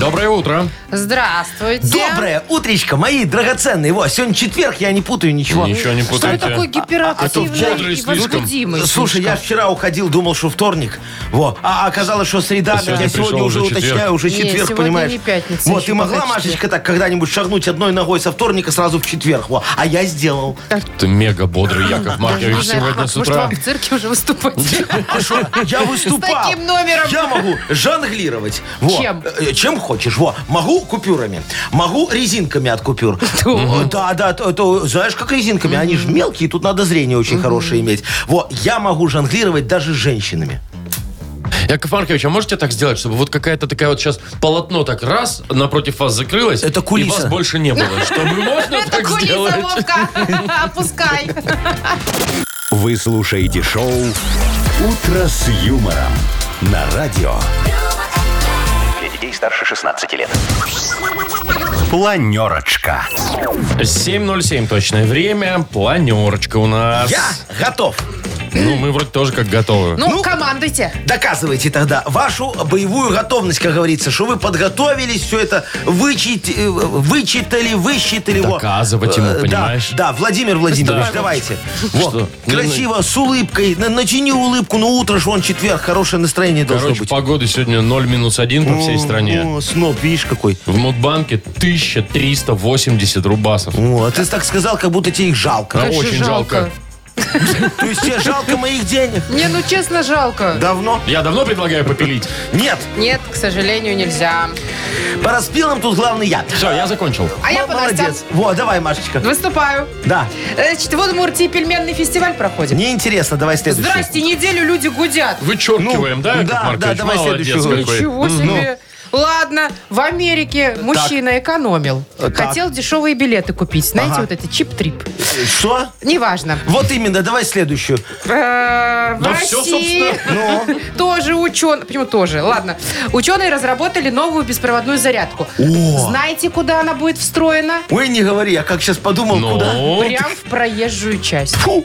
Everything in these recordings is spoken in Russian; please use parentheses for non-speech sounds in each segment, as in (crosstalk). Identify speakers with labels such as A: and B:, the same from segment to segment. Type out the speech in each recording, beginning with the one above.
A: Доброе утро.
B: Здравствуйте.
C: Доброе утречко, мои драгоценные. Во, сегодня четверг, я не путаю ничего.
A: Ничего не
B: Что вы
A: путайте.
B: такой
A: А то бодрый
B: гиперактивный и
A: слишком.
B: возбудимый?
C: Слушай, я
B: слишком?
C: вчера уходил, думал, что вторник. Во. А оказалось, что среда.
A: сегодня
C: я
A: пришел
C: сегодня
A: уже
C: уже
A: четверг.
C: уточняю, уже
B: Не,
C: четверг,
B: сегодня
C: понимаешь?
B: не пятница
C: вот,
B: еще
C: ты могла,
B: пока
C: Машечка, так когда-нибудь шагнуть одной ногой со вторника сразу в четверг? Во. А я сделал.
A: Ты мега бодрый, Яков
B: Даже не
A: Маркович,
B: знаю,
A: сегодня
B: как,
A: с
B: Может,
A: утра.
B: вам в цирке уже выступать?
C: А что, я выступал.
B: С таким номером.
C: Я могу жонглировать. Во.
B: Чем?
C: Э, Чем хочешь. Во. Могу купюрами. Могу резинками от
B: (laughs)
C: купюр.
B: Что?
C: Да, да, то- то, знаешь, как резинками. Они же мелкие, тут надо зрение очень хорошее иметь. Во, я могу жонглировать даже с женщинами.
A: Яков Маркович, а можете так сделать, чтобы вот какая-то такая вот сейчас полотно так раз напротив вас закрылось,
C: Это кулиса.
A: и вас больше не
B: (laughs)
A: было? Чтобы можно
B: Это
A: так
B: кулиса,
A: сделать?
B: Вовка. (laughs) Опускай.
D: Вы слушаете шоу «Утро с юмором» на радио. Для детей старше 16 лет. Планерочка.
A: 7.07 точное время, планерочка у нас.
C: Я готов.
A: Ну, мы вроде тоже как готовы.
B: Ну, командуйте.
C: Доказывайте тогда вашу боевую готовность, как говорится, что вы подготовились, все это вычит, э, вычитали, высчитали. во.
A: Доказывать ему,
C: Э, да,
A: понимаешь?
C: Да, Владимир Владимирович,
A: Да.
C: давайте.
A: Что?
C: Вот, красиво, с улыбкой. На- Начини улыбку, но утро же он четверг, хорошее настроение должно
A: Короче,
C: быть.
A: погода сегодня 0 минус 1 по всей стране.
C: О, сноп, видишь, какой.
A: В Мудбанке 1380 рубасов.
C: О, а ты так сказал, как будто тебе их жалко.
A: Да,
B: Как же
A: очень жалко.
C: То есть тебе жалко моих денег?
B: Не, ну честно, жалко.
C: Давно?
A: Я давно предлагаю попилить.
C: Нет,
B: Нет, к сожалению, нельзя.
C: по распилам тут главный я.
A: Все, я закончил.
B: А я
C: М-
B: по новостям
C: Молодец. Вот, давай, Машечка.
B: выступаю.
C: Да.
B: Значит, вот в Удмуртии пельменный фестиваль проходит.
C: Мне интересно, давай следующий.
B: Здрасте, неделю люди гудят.
A: Вычеркиваем,
C: Ну,
A: да, Яков
C: да,
A: Маркович?
C: да, давай
A: Молодец
C: следующую.
A: какой.
B: Ничего
C: Ну.
B: себе. Ладно, в Америке мужчина экономил. Хотел дешевые билеты купить. Знаете,
C: Ага.
B: вот эти чип-трип.
C: Что?
B: Неважно.
C: Вот именно, давай следующую.
B: Э, В
A: Да всё,
B: России
C: Ну,
B: (laughs) тоже ученые... Почему тоже? Ладно. Ученые разработали новую беспроводную зарядку.
C: О.
B: Знаете, куда она будет встроена?
C: ой, не говори, я как сейчас подумал, куда?
A: Ну,
B: Прям в проезжую часть.
C: Фу,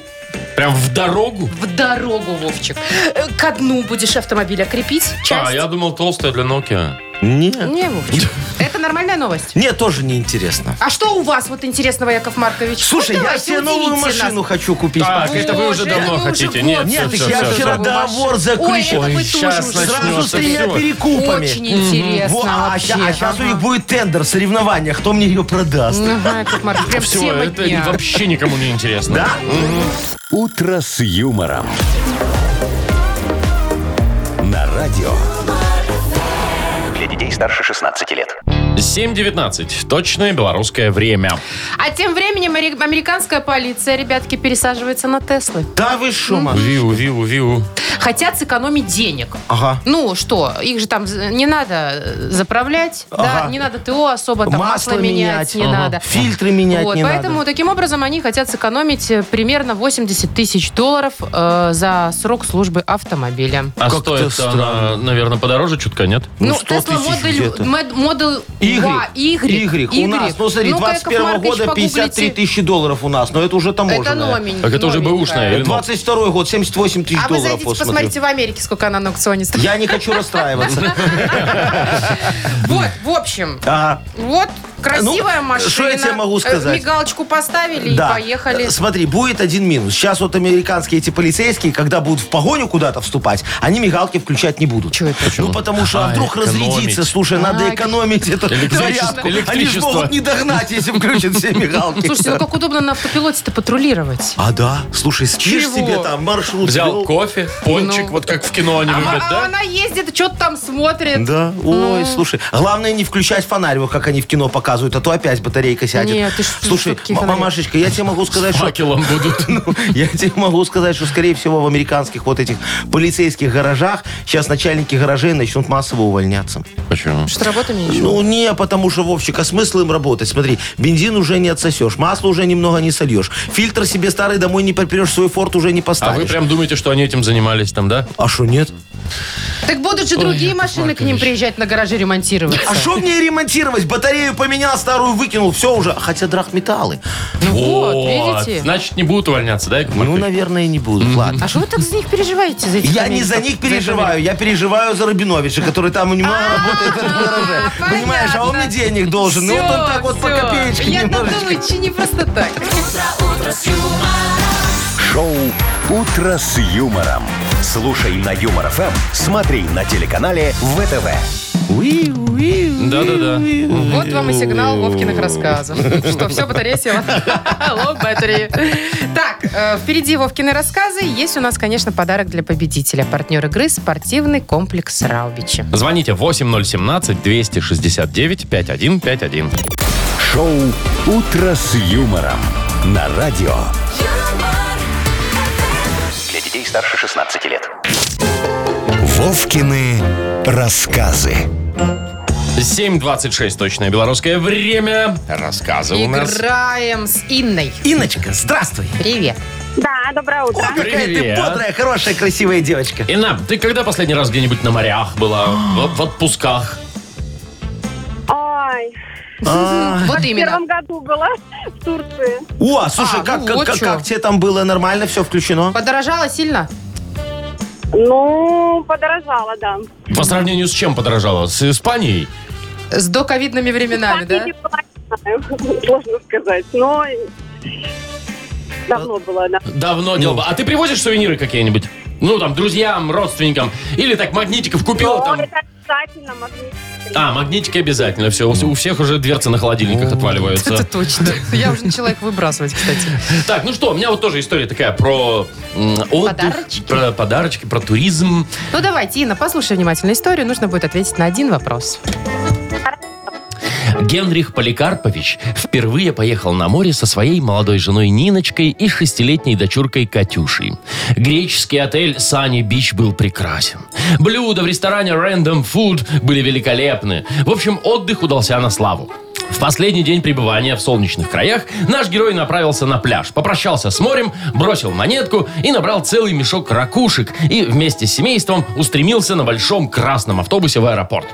A: прям в дорогу.
B: В дорогу, Вовчик. Э, Ко дну будешь автомобиля крепить часть.
A: А, я думал, толстая для Nokia.
C: Нет.
B: (laughs)
A: (laughs)
B: Не, Вовчик. Это нормальная новость.
C: Мне тоже неинтересно.
B: А что у вас вот интересного, Яков Маркович?
C: Слушай,
B: Ну,
C: я
B: давайте,
C: себе новую
B: удивите нас.
C: машину хочу купить.
A: Так, это вы уже
B: Боже,
A: давно
B: ну уже
A: хотите.
B: год
A: Нет,
C: Нет,
A: всё,
C: я
A: всё,
C: вчера
A: всё.
C: договор
B: Ой,
C: заключил.
B: это
A: Ой,
B: мы
A: щас
B: тоже уже
A: начнётся
C: Сразу с
A: всё.
C: тремя перекупами.
B: Очень интересно
C: Во, а,
B: вообще.
C: сейчас у
B: Ага. Ну,
C: них будет тендер, соревнования, кто мне ее продаст.
B: Ага, Яков Маркович, прям
A: Все,
B: всем от
A: это
B: дня.
A: вообще никому не интересно. Да?
D: «Утро с юмором». На радио. Для детей старше 16 лет.
A: 7.19. Точное белорусское время.
B: А тем временем ари- американская полиция, ребятки, пересаживается на Теслы.
C: Да вы
B: ну,
C: шо, Маш?
A: Виу, виу, виу.
B: Хотят сэкономить денег.
C: Ага.
B: Ну что, их же там з- не надо э, заправлять, да,
C: Ага.
B: не надо ТО особо, там масло,
C: Масло
B: менять,
C: менять,
B: не
C: ага.
B: надо.
C: Фильтры менять
B: вот,
C: не
B: поэтому
C: надо.
B: таким образом они хотят сэкономить э, примерно 80 тысяч долларов э, за срок службы автомобиля.
A: А
C: Как-то
A: стоит она,
C: странно.
A: наверное, подороже чутка, нет?
B: Ну,
C: 100
B: Tesla
C: тысяч где-то.
B: Model, мод- Model
C: Y.
B: Y, Y,
C: У нас, ну смотри,
B: Ну-ка, Яков
C: 21
B: Маркович,
C: года 53
B: погуглите.
C: тысячи долларов у нас, но это уже
B: Это
C: таможенное.
B: номень.
A: Так это уже бэушная.
B: новенькая.
A: Или ног?
C: 22 год, 78 тысяч
B: А вы
C: долларов.
B: А зайдите,
C: вот смотрю.
B: посмотрите в Америке, сколько она на аукционе стоит.
C: Я не хочу расстраиваться.
B: (laughs) Вот, в общем,
C: Ага.
B: вот красивая
C: Ну,
B: машина.
C: что я тебе могу
B: Э,
C: сказать?
B: Мигалочку поставили и поехали.
C: Э, Смотри, будет один минус. Сейчас вот американские эти полицейские, когда будут в погоню куда-то вступать, они мигалки включать не будут.
B: Чего это?
C: Ну, потому что а
A: А,
C: вдруг
A: экономить.
C: разрядится. Слушай,
B: А,
C: надо экономить эту
A: Электричество.
C: зарядку. Они же
A: Электричество.
C: могут не догнать, если включат все мигалки.
B: Слушайте, ну как удобно на автопилоте-то патрулировать.
C: (laughs) А да, слушай, спишь
B: Чего?
C: себе там маршрут.
A: Взял
C: вел.
A: кофе, пончик, вот как в кино они
B: А,
A: любят,
B: а
A: да?
B: она ездит, что-то там смотрит.
C: Да,
B: Ну.
C: ой, слушай, главное не включать фонарь, вот как они в кино показывают, а то опять батарейка сядет.
B: Нет, ты ж-
C: слушай,
B: всё-таки фонари.
C: мамашечка, я тебе могу сказать,
A: (laughs)
C: что
A: Факелом будут.
C: Ну, (laughs) я тебе могу сказать, что, скорее всего, в американских вот этих полицейских гаражах сейчас начальники гаражей начнут массово увольняться.
A: Почему?
B: Что работа мне еще?
C: Ну, не, потому что, Вовчик, а смысл им работать? Смотри, бензин уже не отсосешь, масло уже немного не сольешь, фильтр себе старый домой не припрешь, свой форт уже не
A: А
C: поставишь.
A: вы прям думаете, что они этим занимались там, да?
C: А что, нет?
B: Так будут же другие машины к ним
A: Маркович.
B: приезжать на гаражи ремонтироваться.
C: А что мне ремонтировать? Батарею поменял, старую выкинул, все уже. Хотя драгметаллы.
B: Ну вот, видите?
A: Значит, не будут увольняться, да, Яков
C: Ну,
A: Маркович?
C: наверное, не будут.
B: А
C: Ладно.
B: что вы так за них переживаете? За этих
C: Я не за
B: комментов?
C: них переживаю, я переживаю за Рабиновича, который там у него работает в этом гараже.
B: А,
C: Понимаешь, а он
B: понятно.
C: мне денег должен. Ну, вот он
B: Всё,
C: так вот по
B: всё.
C: копеечке
B: Я
C: немножечко.
B: думаю, че не просто так.
D: Шоу «Утро с юмором». Слушай на Юмор ФМ, смотри на телеканале ВТВ.
C: Уи, уи, уи,
A: Да-да-да.
C: уи, уи.
B: Вот вам и сигнал Вовкиных рассказов. Что все, батарея села. Лоб батареи. Так, э, впереди Вовкины рассказы. Есть у нас, конечно, подарок для победителя. Партнер игры «Спортивный комплекс Раубичи».
A: Звоните 8017-269-5151.
D: Шоу «Утро с юмором» на радио.
E: Для детей старше 16 лет.
D: Вовкины рассказы.
A: 7.26 точное белорусское время. Рассказы у нас.
B: Играем с Инной.
C: Инночка, здравствуй.
B: Привет.
F: Да, доброе утро.
C: Какая ты
A: Привет.
C: бодрая, хорошая, красивая девочка.
B: Э,
A: Инна, ты когда последний раз где-нибудь на морях была? В, в отпусках?
F: Ой,
B: Вот
F: в
B: именно.
F: первом году была (laughs) в Турции.
C: А, О, слушай,
B: А,
C: как,
B: ну
C: как,
B: вот
C: как,
B: чё.
C: как тебе там было? Нормально все включено?
B: Подорожало сильно?
F: Ну, подорожала, да.
A: По сравнению с чем подорожало? С Испанией?
B: С доковидными временами,
F: Так я
B: А, да?
F: не была, не знаю, (laughs) сложно сказать, но давно было, да.
A: Давно дело было. А ты привозишь сувениры какие-нибудь? Ну, там, друзьям, родственникам. Или так магнитиков купил
F: Но
A: там.
F: это обязательно магнитный.
A: А, магнитики обязательно. Все, у всех уже дверцы на холодильниках
B: Это (laughs)
A: отваливаются.
B: точно. Я уже начала их выбрасывать, кстати.
A: Так, ну что, у меня вот тоже история такая про м, отдых,
B: Подарочки.
A: про подарочки, про туризм.
B: Ну давайте, Инна, послушай внимательно историю. Нужно будет ответить на один вопрос.
A: Генрих Поликарпович впервые поехал на море со своей молодой женой Ниночкой и шестилетней дочуркой Катюшей. Греческий отель «Сани Бич» был прекрасен. Блюда в ресторане «Random Food» были великолепны. В общем, отдых удался на славу. В последний день пребывания в солнечных краях наш герой направился на пляж, попрощался с морем, бросил монетку и набрал целый мешок ракушек и вместе с семейством устремился на большом красном автобусе в аэропорт.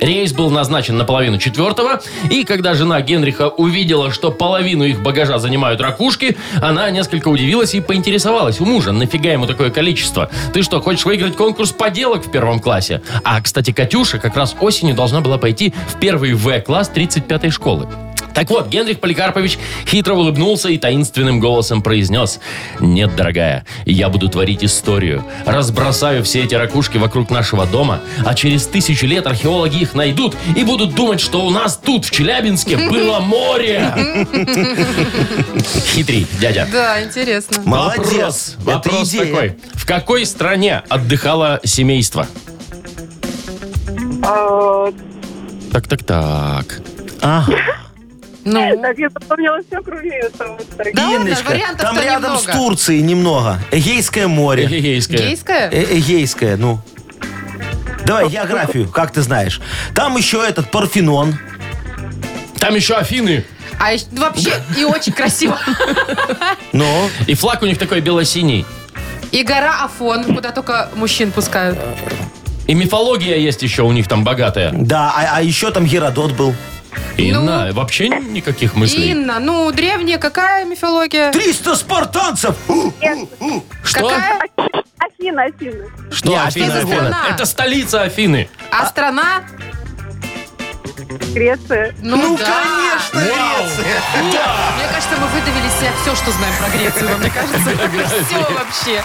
A: Рейс был назначен на половину четвертого, и когда жена Генриха увидела, что половину их багажа занимают ракушки, она несколько удивилась и поинтересовалась у мужа, нафига ему такое количество? Ты что, хочешь выиграть конкурс поделок в первом классе? А, кстати, Катюша как раз осенью должна была пойти в первый В-класс 35-й школы. Так вот, Генрих Поликарпович хитро улыбнулся и таинственным голосом произнес. «Нет, дорогая, я буду творить историю. Разбросаю все эти ракушки вокруг нашего дома, а через тысячу лет археологи их найдут и будут думать, что у нас тут, в Челябинске, было
C: (laughs)
A: море!» Хитрый дядя.
B: Да, интересно.
C: Молодец.
A: Вопрос,
C: Это
A: вопрос
C: идея.
A: такой. В какой стране отдыхало семейство?
F: А,
A: Так-так-так.
C: Ага.
B: Ну,
F: Так, я запомнила все, кроме этого.
B: Да ладно,
C: Инночка,
B: вариантов-то
C: там рядом
B: немного.
C: с Турцией немного. Эгейское море.
A: Эгейское.
B: гейская?
C: Э- Эгейское, ну. Давай географию, как ты знаешь. Там еще этот Парфенон.
A: Там еще Афины.
B: А еще- ну, вообще и очень красиво.
C: Ну,
A: И флаг у них такой бело-синий.
B: И гора Афон, куда только мужчин пускают.
A: И мифология есть еще у них там богатая.
C: да, а, а еще там Геродот был.
B: Ну,
A: Инна, вообще никаких мыслей.
B: Инна, ну, древняя какая мифология?
C: 300 спартанцев! У!
A: Что?
B: Какая?
F: Афина, Афина.
A: Что
C: Не,
A: Ну, Афина?
C: Афина
A: Афина?
B: страна.
A: Это столица Афины.
B: А страна?
F: Греция.
C: Ну,
B: да.
C: конечно, Греция.
B: Мне кажется, мы выдавили из себя все, что знаем про Грецию. Вам не кажется? Все вообще.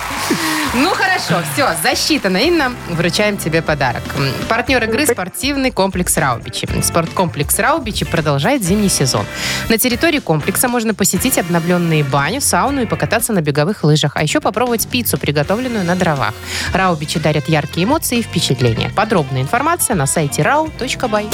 B: Ну, хорошо, все, засчитано. Инна, вручаем тебе подарок. М, Партнер игры «Спортивный комплекс Раубичи». Спорткомплекс Раубичи продолжает зимний сезон. На территории комплекса можно посетить обновленные бани, сауну и покататься на беговых лыжах, а еще попробовать пиццу, приготовленную на дровах. Раубичи дарят яркие эмоции и впечатления. Подробная информация на сайте rau.by.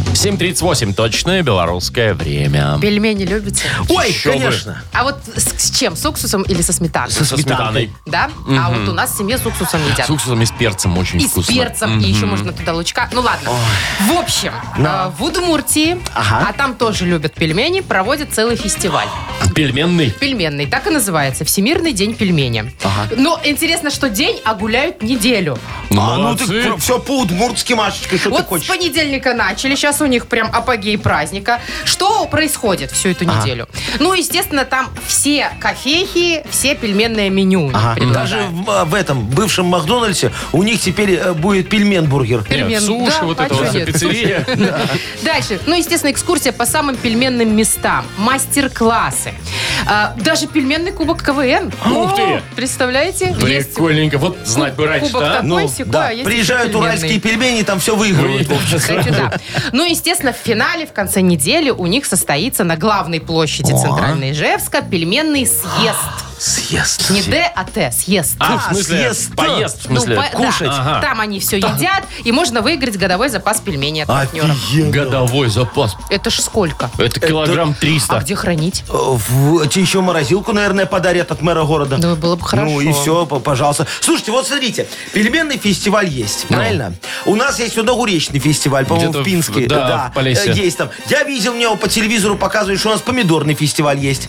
A: 7.38, точное белорусское время.
B: Пельмени любите?
C: Ой,
A: Еще бы.
C: конечно.
B: А вот с, с чем? С уксусом или со сметаной?
A: Со сметаной.
B: Да? А вот у нас в семье с уксусом едят.
A: С уксусом и с перцем очень
B: И
A: вкусно.
B: с перцем, и еще можно туда лучка. Ну ладно. В общем, э, в Удмуртии,
C: Ага.
B: а там тоже любят пельмени, проводят целый фестиваль.
A: Пельменный.
B: Пельменный. Так и называется. Всемирный день пельмени. Но интересно, что день, а гуляют неделю.
C: А, ну
A: Молодцы.
C: ты все по-удмуртски, Машечка, что ты
B: вот с
C: хочешь?
B: понедельника начали. Сейчас у них прям апогей праздника. Что происходит всю эту неделю? Ну, естественно, там все кофехи, все пельменное меню. у них
C: Ага.
B: предлагают.
C: Даже в, в этом бывшем Макдональдсе у них теперь э, будет пельмен-бургер.
A: Нет,
B: Пельмен.
A: суши,
B: Да,
A: вот
B: а
A: это
B: чё
A: вот вся
B: нет?
A: пиццерия.
B: (laughs) Дальше. Ну, естественно, экскурсия по самым пельменным местам. Мастер-классы. А, даже пельменный кубок КВН.
A: (gasps) Ух ты!
B: Представляете? ну, Есть
A: Прикольненько. Вот знать бы раньше,
B: кубок
A: да? Ну,
B: такой,
C: Ну,
B: сякой,
C: да.
B: а есть
C: Приезжают
B: пельменный.
C: уральские пельмени, там все выигрывают.
A: Вы-
C: Вовчик.
B: Кстати, да. Ну, естественно, в финале, в конце недели у них состоится на главной площади Центральной Ижевска пельменный съезд.
A: (gasps)
C: Съезд.
B: Не Д, а Т, съезд.
A: А, в смысле,
C: съест.
A: поест, в
B: Ну,
A: смысле,
B: по- да.
A: кушать. Ага.
B: Там они все едят, и можно выиграть годовой запас пельменей от партнеров.
C: Офигенно.
A: Годовой запас.
B: Это ж сколько?
A: Это килограмм
B: А
A: 300.
B: где хранить?
C: Э, в- Тебе еще морозилку, наверное, подарят от мэра города.
B: Да, было бы хорошо.
C: Ну и все, п- пожалуйста. Слушайте, вот смотрите, пельменный фестиваль есть, правильно? У нас есть удогуречный фестиваль, по-моему,
A: Ну. Где-то
C: в Пинске.
A: в- да, в Полесье.
C: э, Есть там. Я видел, мне его по телевизору показывают, что у нас помидорный фестиваль есть.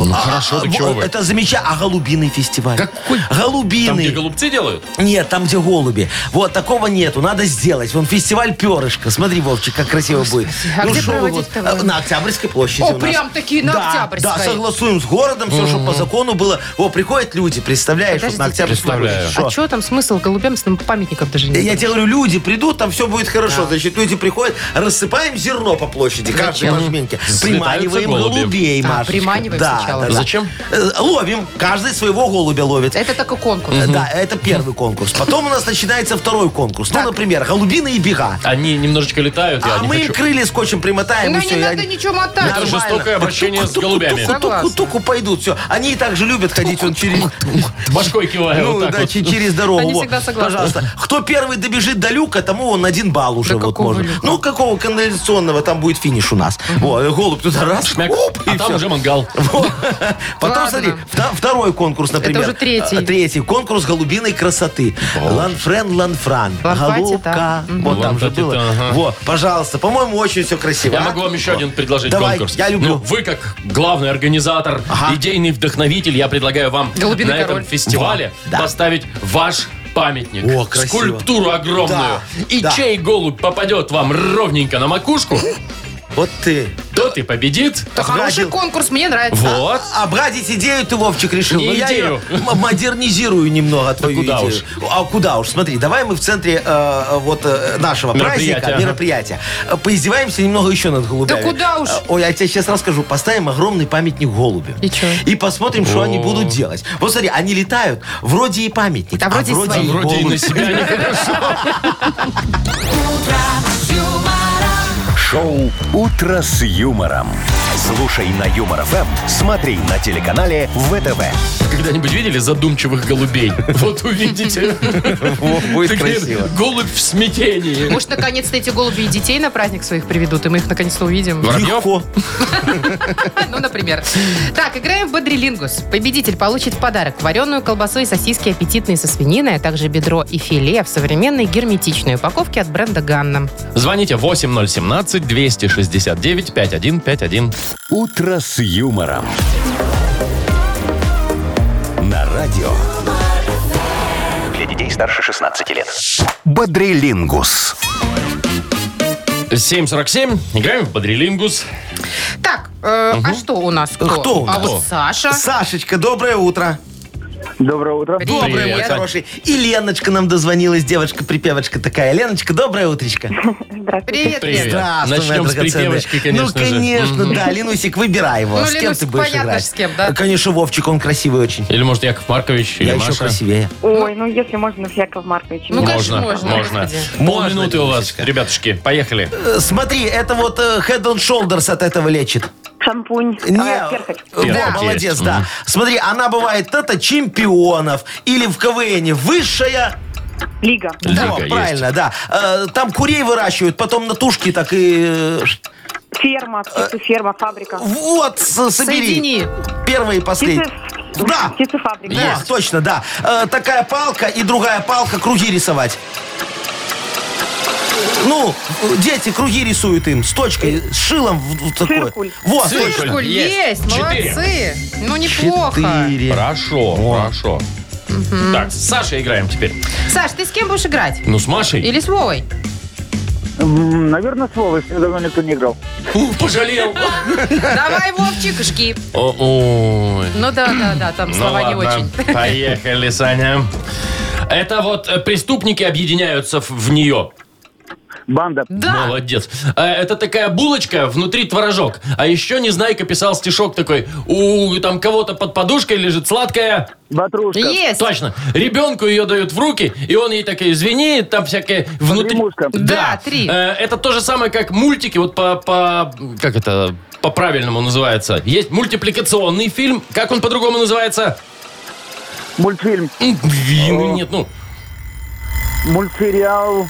C: Ну
A: хорошо, да чего вы.
C: Это замечательно. А голубиный фестиваль?
A: Какой?
C: Голубиный.
A: Там, где голубцы делают?
C: Нет, там, где голуби. Вот, такого нету. Надо сделать. Вон фестиваль перышко. Смотри, Вовчик, как красиво будет.
B: а где
C: шо вы
B: проводить-то
C: вот,
B: вы?
C: э, На Октябрьской площади
B: О,
C: у нас.
B: прям-таки на
C: Да,
B: Октябрьской.
C: Да, согласуем с городом, все, чтобы по закону было. О, приходят люди, представляешь, вот на
B: Подождите.
C: Октябрьской площади.
A: Представляю.
C: Шо?
B: А что там смысл голубям с памятников даже нет?
C: Я тебе говорю, люди придут, там все будет хорошо. Значит, люди приходят, рассыпаем зерно по площади, каждой
B: Зачем?
C: ложбинке.
A: Слетаются
C: Приманиваем
A: голуби.
C: голубей,
B: А,
C: Машечка.
B: приманиваем
C: Да,
B: сначала.
C: да, да.
A: Зачем?
C: Э, Ловим. Каждый своего голубя ловит.
B: Это такой конкурс.
C: Да, это первый конкурс. Потом у нас начинается второй конкурс. Ну, например, голубиные бега.
A: Они немножечко летают, я
C: А
A: не
C: мы
A: хочу.
C: крылья скотчем примотаем,
B: Ну,
C: и
B: не
C: все.
B: надо ничего мотать.
A: Это
C: Нормально.
A: жестокое обращение с голубями.
B: Согласна.
C: Туку-туку пойдут, все. Они и так же любят ходить он через...
A: (laughs) Башкой киваю
C: Ну,
A: вот так
C: да,
A: вот.
C: че- через дорогу.
B: Они
C: вот.
B: всегда согласны.
C: Пожалуйста. Кто первый добежит до люка, тому он один балл уже
B: До
C: вот
B: какого
C: можно.
B: люка?
C: Ну, какого канализационного там будет финиш у нас. Во, голубь туда раз,
A: Шмяк.
C: оп, и
A: а там
C: всё.
A: уже мангал.
C: Во. Потом,
B: Ладно.
C: смотри, вта- второй конкурс, например.
B: уже третий.
C: А, Третий. Конкурс голубиной красоты. Ланфрен, ланфран.
B: Лампати,
C: Голубка.
B: да.
C: Вот там же
A: Лампати,
C: было.
A: да, ага.
C: Вот, пожалуйста. По-моему, очень все красиво.
A: Я
C: а?
A: могу вам еще
C: Во.
A: один предложить
C: Давай,
A: конкурс.
C: я люблю.
A: Ну, вы как главный организатор,
C: Ага.
A: идейный вдохновитель, я предлагаю вам
B: Голубиный
A: на этом
B: король.
A: фестивале
C: Во, да.
A: поставить ваш памятник.
C: О, красиво.
A: Скульптуру огромную.
C: Да,
A: И
C: да.
A: чей голубь попадет вам ровненько на макушку,
C: Вот ты.
A: тот и победит.
B: Это хороший
C: Сгадил.
B: конкурс, мне нравится.
A: Вот.
C: Обгадить идею ты, Вовчик, решил.
A: Не
C: Но я
A: идею.
C: её м- модернизирую немного твою
A: куда
C: идею.
A: уж.
C: А куда уж? Смотри, давай мы в центре э, вот э, нашего
A: Мероприятия,
C: праздника,
A: ага.
C: мероприятия, э, поиздеваемся немного еще над голубями.
B: Да куда уж?
C: Э, Ой, я тебе сейчас расскажу. Поставим огромный памятник голубям.
B: И чё?
C: И посмотрим, что они будут делать. Вот смотри, они летают, вроде и памятник,
B: А вроде и свои.
A: Вроде и
C: голубь.
A: на себя нехорошо.
D: Шоу «Утро с юмором». Слушай на Юмор ФМ, смотри на телеканале ВТВ.
A: Когда-нибудь видели задумчивых голубей? Вот увидите.
C: будет
A: Такие
C: красиво.
A: Голубь в смятении.
B: Может, наконец-то эти голуби и детей на праздник своих приведут, и мы их наконец-то увидим.
A: Воробьев?
C: Легко.
B: (laughs) Ну, например. Так, играем в Бодрилингус. Победитель получит в подарок вареную колбасу и сосиски аппетитные со свининой, а также бедро и филе в современной герметичной упаковке от бренда Ганна.
A: Звоните 8017-269-5151.
D: «Утро с юмором». На радио
E: Для детей старше 16 лет.
D: «Бодрилингус».
A: 747. Играем в Бодрилингус.
B: Так, э, а что у нас? Кто?
C: Кто у
B: А
C: нас?
B: вот Саша.
C: Сашечка, доброе утро.
G: Доброе утро.
A: Доброе, мой
B: Привет.
A: хороший.
C: Хороший. И Леночка нам дозвонилась, девочка-припевочка такая. Леночка, доброе утречко.
F: Здравствуйте.
A: Привет.
B: Привет, привет.
C: Здравствуй, моя
A: Начнем с
C: драгоценная.
A: припевочки, конечно
C: Ну,
A: же.
C: конечно, да. Линусик, выбирай его.
B: Ну,
C: с кем
B: Ленусик,
C: ты будешь
B: понятно,
C: играть?
B: с кем, да.
C: Конечно, Вовчик, он красивый очень.
A: Или, может, Яков Маркович или
C: Я еще
A: Маша?
C: красивее.
G: Ой, ну если можно, с Яков Маркович.
B: Ну, конечно.
A: Можно,
B: Конечно, можно,
A: можно.
B: господи.
A: Пол
C: Можно,
A: минуты у вас,
C: Денисочка.
A: ребятушки. Поехали.
C: Э, Смотри, это вот э, Head and Shoulders от этого лечит.
G: Шампунь.
C: Не,
G: а, перхоть.
C: э,
A: Перхоть
C: во,
A: есть.
C: молодец, да. Смотри, она бывает это чемпионов или в КВН высшая
G: Лига.
C: Во,
A: Лига
C: правильно, да. Э, Там курей выращивают, потом на тушке так и... э,
G: Ферма, птицеферма, фабрика.
C: Вот, с- собери.
B: Соедини.
C: Первый и последний.
G: Птице-
C: Да.
G: Птицефабрика.
C: Да, точно, да. Э, такая палка и другая палка круги рисовать. Ну, э, дети круги рисуют им с точкой, с шилом. в- в такое.
G: Циркуль.
C: Вот,
A: Циркуль.
C: точно.
B: Циркуль есть,
A: Есть. Четыре.
B: молодцы. Ну, неплохо.
C: Четыре.
A: Хорошо, хорошо. Так, с Сашей играем теперь.
B: Саш, ты с кем будешь играть?
A: Ну, с Машей.
B: Или с Вовой?
H: Наверное, слово, если давно никто не играл.
A: Ух,
B: (laughs)
A: Пожалел.
B: Давай, Вовчик, жги.
A: О, Ой.
B: Ну да, да, да, там
A: Ну
B: слова не
A: ладно,
B: очень. (laughs)
A: Поехали, Саня. Это вот э, преступники объединяются в- в нее.
H: Банда.
B: Да,
A: Молодец. Э, Это такая булочка, внутри творожок. А еще Незнайка писал стишок такой. У там кого-то под подушкой лежит сладкая.
H: Батрушка.
B: есть.
A: Точно. Ребенку ее дают в руки, и он ей такая, извини, там всякое внутри...
H: Погремушка.
B: Да, три.
A: Э, Это то же самое, как мультики, вот по... по- как это по-правильному называется? Есть мультипликационный фильм. Как он по-другому называется?
H: Мультфильм.
A: М, блин, ну нет, ну...
H: Мультсериал.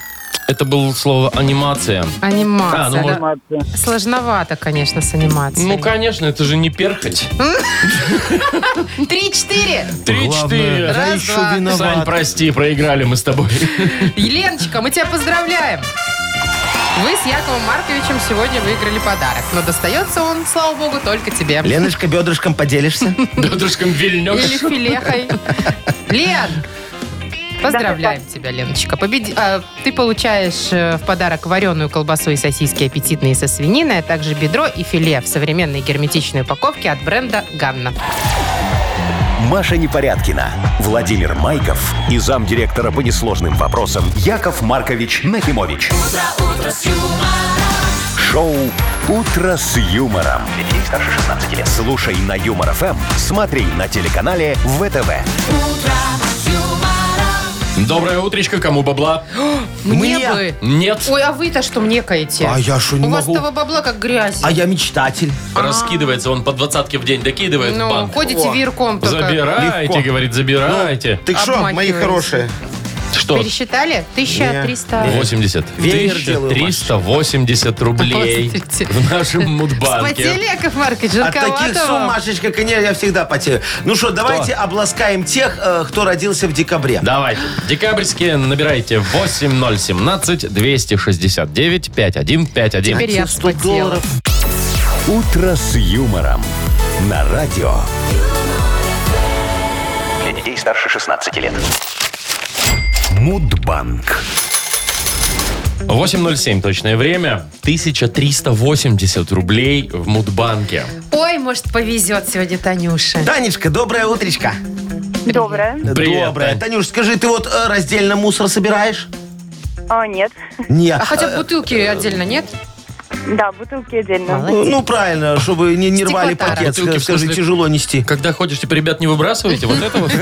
A: Это было слово анимация. А, ну,
B: Анимация, да.
A: может,
H: Анимация.
B: Сложновато, конечно, с анимацией.
A: Ну, конечно, это же не перхоть.
B: Три-четыре.
A: Три-четыре.
C: Главное, Я
B: Раз,
C: еще
B: два.
C: виноват.
A: Сань, прости, проиграли мы с тобой. (laughs)
B: Еленочка, мы тебя поздравляем. Вы с Яковом Марковичем сегодня выиграли подарок. Но достается он, слава богу, только тебе.
C: Леночка, бедрышком поделишься?
A: Дедушком
B: Или
A: вильнешь.
B: филехой. Лен! Поздравляем тебя, Леночка. Победи- а, ты получаешь э, в подарок вареную колбасу и сосиски аппетитные со свининой, а также бедро и филе в современной герметичной упаковке от бренда «Ганна».
D: Маша Непорядкина, Владимир Майков и замдиректора по несложным вопросам Яков Маркович Нахимович. Шоу Утро с юмором. Для детей старше 16 лет. Слушай на юмор ФМ, смотри на телеканале ВТВ.
A: Доброе утречко, кому бабла?
B: Мне,
C: Мне?
B: бы...
A: Нет.
B: Ой, а вы-то что мне каете?
C: А я шо, не
B: У вас
C: могу?
B: того бабла как грязь.
C: А я мечтатель.
A: Раскидывается он по двадцатке в день, докидывает в
B: ну,
A: банк.
B: ходите
C: О,
B: веерком только.
A: Забирайте,
C: Легко. Ну,
A: говорит, забирайте.
C: Ты что, мои
B: Обмахивается.
C: хорошие?
A: Что?
B: Пересчитали? 1300.
A: 80.
C: Веер делаю, Маш.
A: 1380 рублей
B: Позвольте.
A: в нашем мудбанке.
B: Вспотели, Яков Маркович,
C: От таких
B: жарковато
C: сумм,
B: вам.
C: Машечка, конечно, я всегда потею. Ну что, давайте обласкаем тех, э, кто родился в декабре.
A: Давайте. Декабрьские набирайте 8017 269 5151.
B: Теперь я вспотела.
D: Утро с юмором. На радио.
E: Для детей старше 16 лет.
D: Мудбанк.
A: 8.07 точное время. 1380 рублей в Мудбанке.
B: Ой, может, повезет сегодня Танюше.
C: Танечка, доброе утречко.
G: Доброе.
A: Привет,
C: доброе.
A: Тань.
C: Танюш, скажи, ты вот э, раздельно мусор собираешь?
G: А, нет.
C: Нет.
B: А хотя бы бутылки отдельно, нет?
G: Да, бутылки отдельно.
C: Ну, правильно, чтобы не, не рвали
B: Стеклотара.
C: пакет.
A: Бутылки, в
C: Скажи,
A: смысле?
C: тяжело нести.
A: Когда ходишь, типа, ребят, не выбрасывайте вот это вот.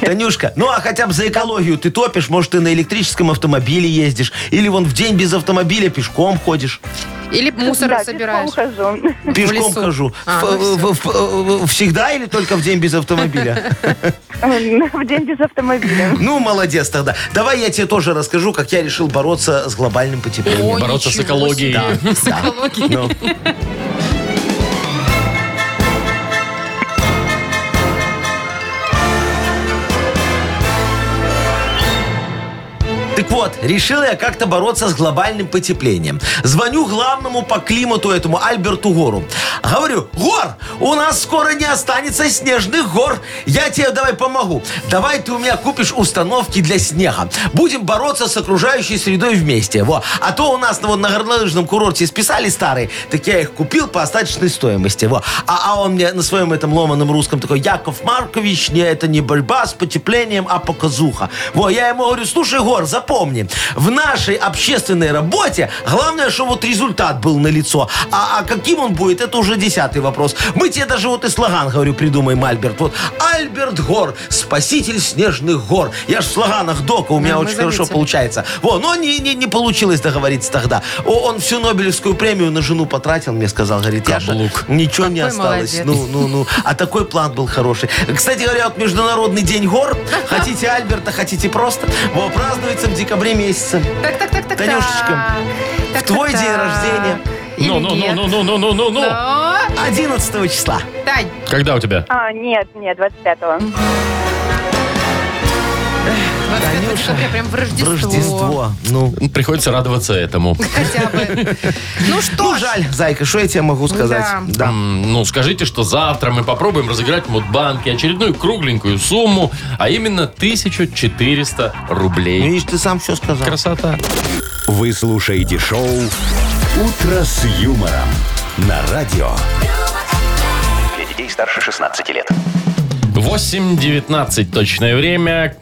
C: Танюшка, ну а хотя бы за экологию ты топишь, может, ты на электрическом автомобиле ездишь, или вон в день без автомобиля пешком
B: (laughs)
C: ходишь.
B: Или мусор
G: да,
B: собираешь.
G: пешком хожу.
C: Пешком
B: лесу.
C: хожу.
B: А,
C: Ф-
B: ну
C: в- в- в- Всегда или только в день без автомобиля?
G: (laughs)
B: (laughs)
G: В день без автомобиля.
C: Ну, молодец тогда. Давай я тебе тоже расскажу, как я решил бороться с глобальным потеплением.
B: Ой,
A: Бороться с
B: ничего
A: экологией.
B: себе. С экологией. (laughs)
C: Ну. Так вот, решил я как-то бороться с глобальным потеплением. Звоню главному по климату этому Альберту Гору. Говорю, Гор, у нас скоро не останется снежных гор. Я тебе давай помогу. Давай ты у меня купишь установки для снега. Будем бороться с окружающей средой вместе. Во. А то у нас ну, вот на горнолыжном курорте списали старые, так я их купил по остаточной стоимости. Во. А, а он мне на своем этом ломаном русском такой, Яков Маркович, не, это не борьба с потеплением, а показуха. Во, я ему говорю, слушай, Гор, запомни, помни, в нашей общественной работе главное, что вот результат был налицо. А, а каким он будет, это уже десятый вопрос. Мы тебе даже вот и слоган, говорю, придумаем, Альберт. Вот Альберт Гор, спаситель снежных гор. Я ж в слоганах дока, у меня
B: мы
C: очень хорошо
B: заметили.
C: получается. Во, но не, не, не получилось договориться тогда. О, он всю Нобелевскую премию на жену потратил, мне сказал, говорит, я
A: Каблук.
C: ничего не
B: Какой
C: осталось.
B: молодец.
C: Ну, ну, ну. А такой план был хороший. Кстати говоря, вот Международный день гор. Хотите Альберта, хотите просто. Во, празднуется в декабре месяце.
B: Так, так, так, так,
C: Танюшечка,
B: так.
C: в твой
B: Так,
C: день
B: так,
C: рождения.
B: так. Или
A: Ну, ну, ну,
B: нет?
A: ну, ну, ну, ну, ну, ну.
B: Но,
C: 11 числа.
B: Тань,
A: Когда у тебя?
G: А, нет, нет, 25-го.
B: 25 декабря, прям в Рождество.
C: В Рождество. Ну,
A: Приходится радоваться этому.
B: (laughs) Хотя бы. Ну что
C: ну,
B: ж,
C: жаль, зайка, что я тебе могу сказать? Да.
A: М, Ну, скажите, что завтра мы попробуем разыграть в Мудбанке очередную кругленькую сумму, а именно 1400
C: Ну,
A: рублей.
C: Видишь, ты сам все сказал.
A: Красота.
D: Вы слушаете шоу «Утро с юмором» на радио.
E: Для детей старше 16 лет.
A: 8.19 точное время.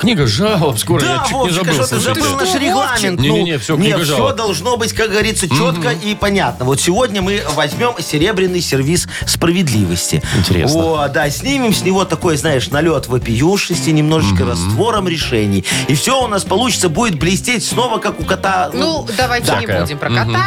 A: Книга жалоб. Скоро я
C: Да,
A: чуть
C: Вовчика,
A: не забыл.
C: что ты забыл наш
A: смотрите.
C: регламент.
A: Не-не-не, всё, книга жалоб.
C: все должно быть, как говорится, четко и понятно. Вот сегодня мы возьмем серебряный сервис справедливости.
A: Интересно.
C: О, да, снимем с него такой, знаешь, налет вопиюшести, немножечко раствором решений. И все у нас получится, будет блестеть снова, как у кота.
B: ну давайте не
A: Всякое.
B: будем про кота.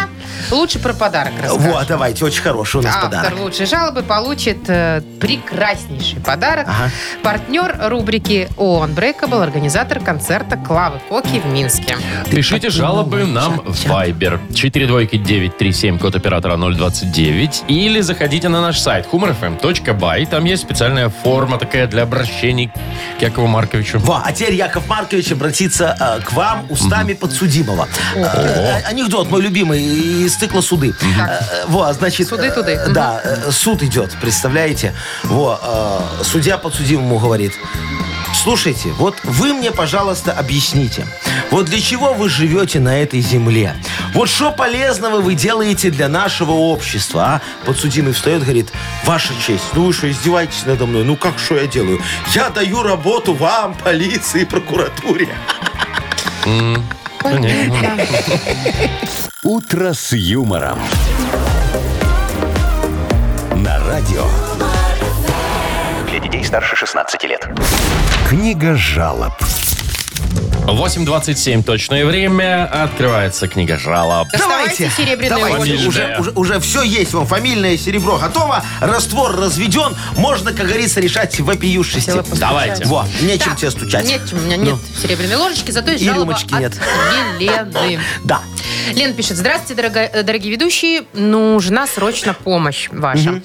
B: Лучше про подарок расскажем.
C: вот, давайте, очень хороший у нас
B: Автор
C: подарок.
B: лучшей жалобы получит э, прекраснейший подарок.
C: Ага.
B: Партнер рубрики ООН Брейкабл, организатор концерта Клавы Коки в Минске.
A: Пишите жалобы нам в Viber 42937, код оператора 029. Или заходите на наш сайт humorfm.by. Там есть специальная форма такая для обращений к Якову Марковичу.
C: Во, а теперь Яков Маркович обратится э, к вам устами подсудимого. Э, э, анекдот мой любимый из цикла суды. Э, во, значит...
B: Суды
C: э,
B: туды.
C: э, Да, э, суд идет, представляете? Во, э, судья подсудимому говорит. Слушайте, вот вы мне, пожалуйста, объясните, вот для чего вы живете на этой земле? Вот что полезного вы делаете для нашего общества, а? Подсудимый встает, говорит, ваша честь, ну вы что, издеваетесь надо мной? Ну как, что я делаю? Я даю работу вам, полиции, прокуратуре.
A: Понятно.
D: «Утро с юмором». На радио.
E: Для детей старше 16 лет.
D: Книга жалоб.
A: 8.27 точное время. Открывается книга жалоб.
B: Доставайте серебряные
C: Давайте.
A: очереди.
C: Уже, уже, все есть. Вон, фамильное серебро готово. Раствор разведен. Можно, как говорится, решать вопиюшести.
B: Хотела постучать.
A: Давайте.
C: Во, нечем
B: Так,
C: тебе стучать.
B: Нет, у меня нет серебряной ложечки, зато есть
C: Ну. И
B: жалоба
C: рюмочки
B: от
C: нет.
B: Елены.
C: Да.
B: Лен пишет, здравствуйте, дорога- э, дорогие ведущие, нужна срочно помощь ваша.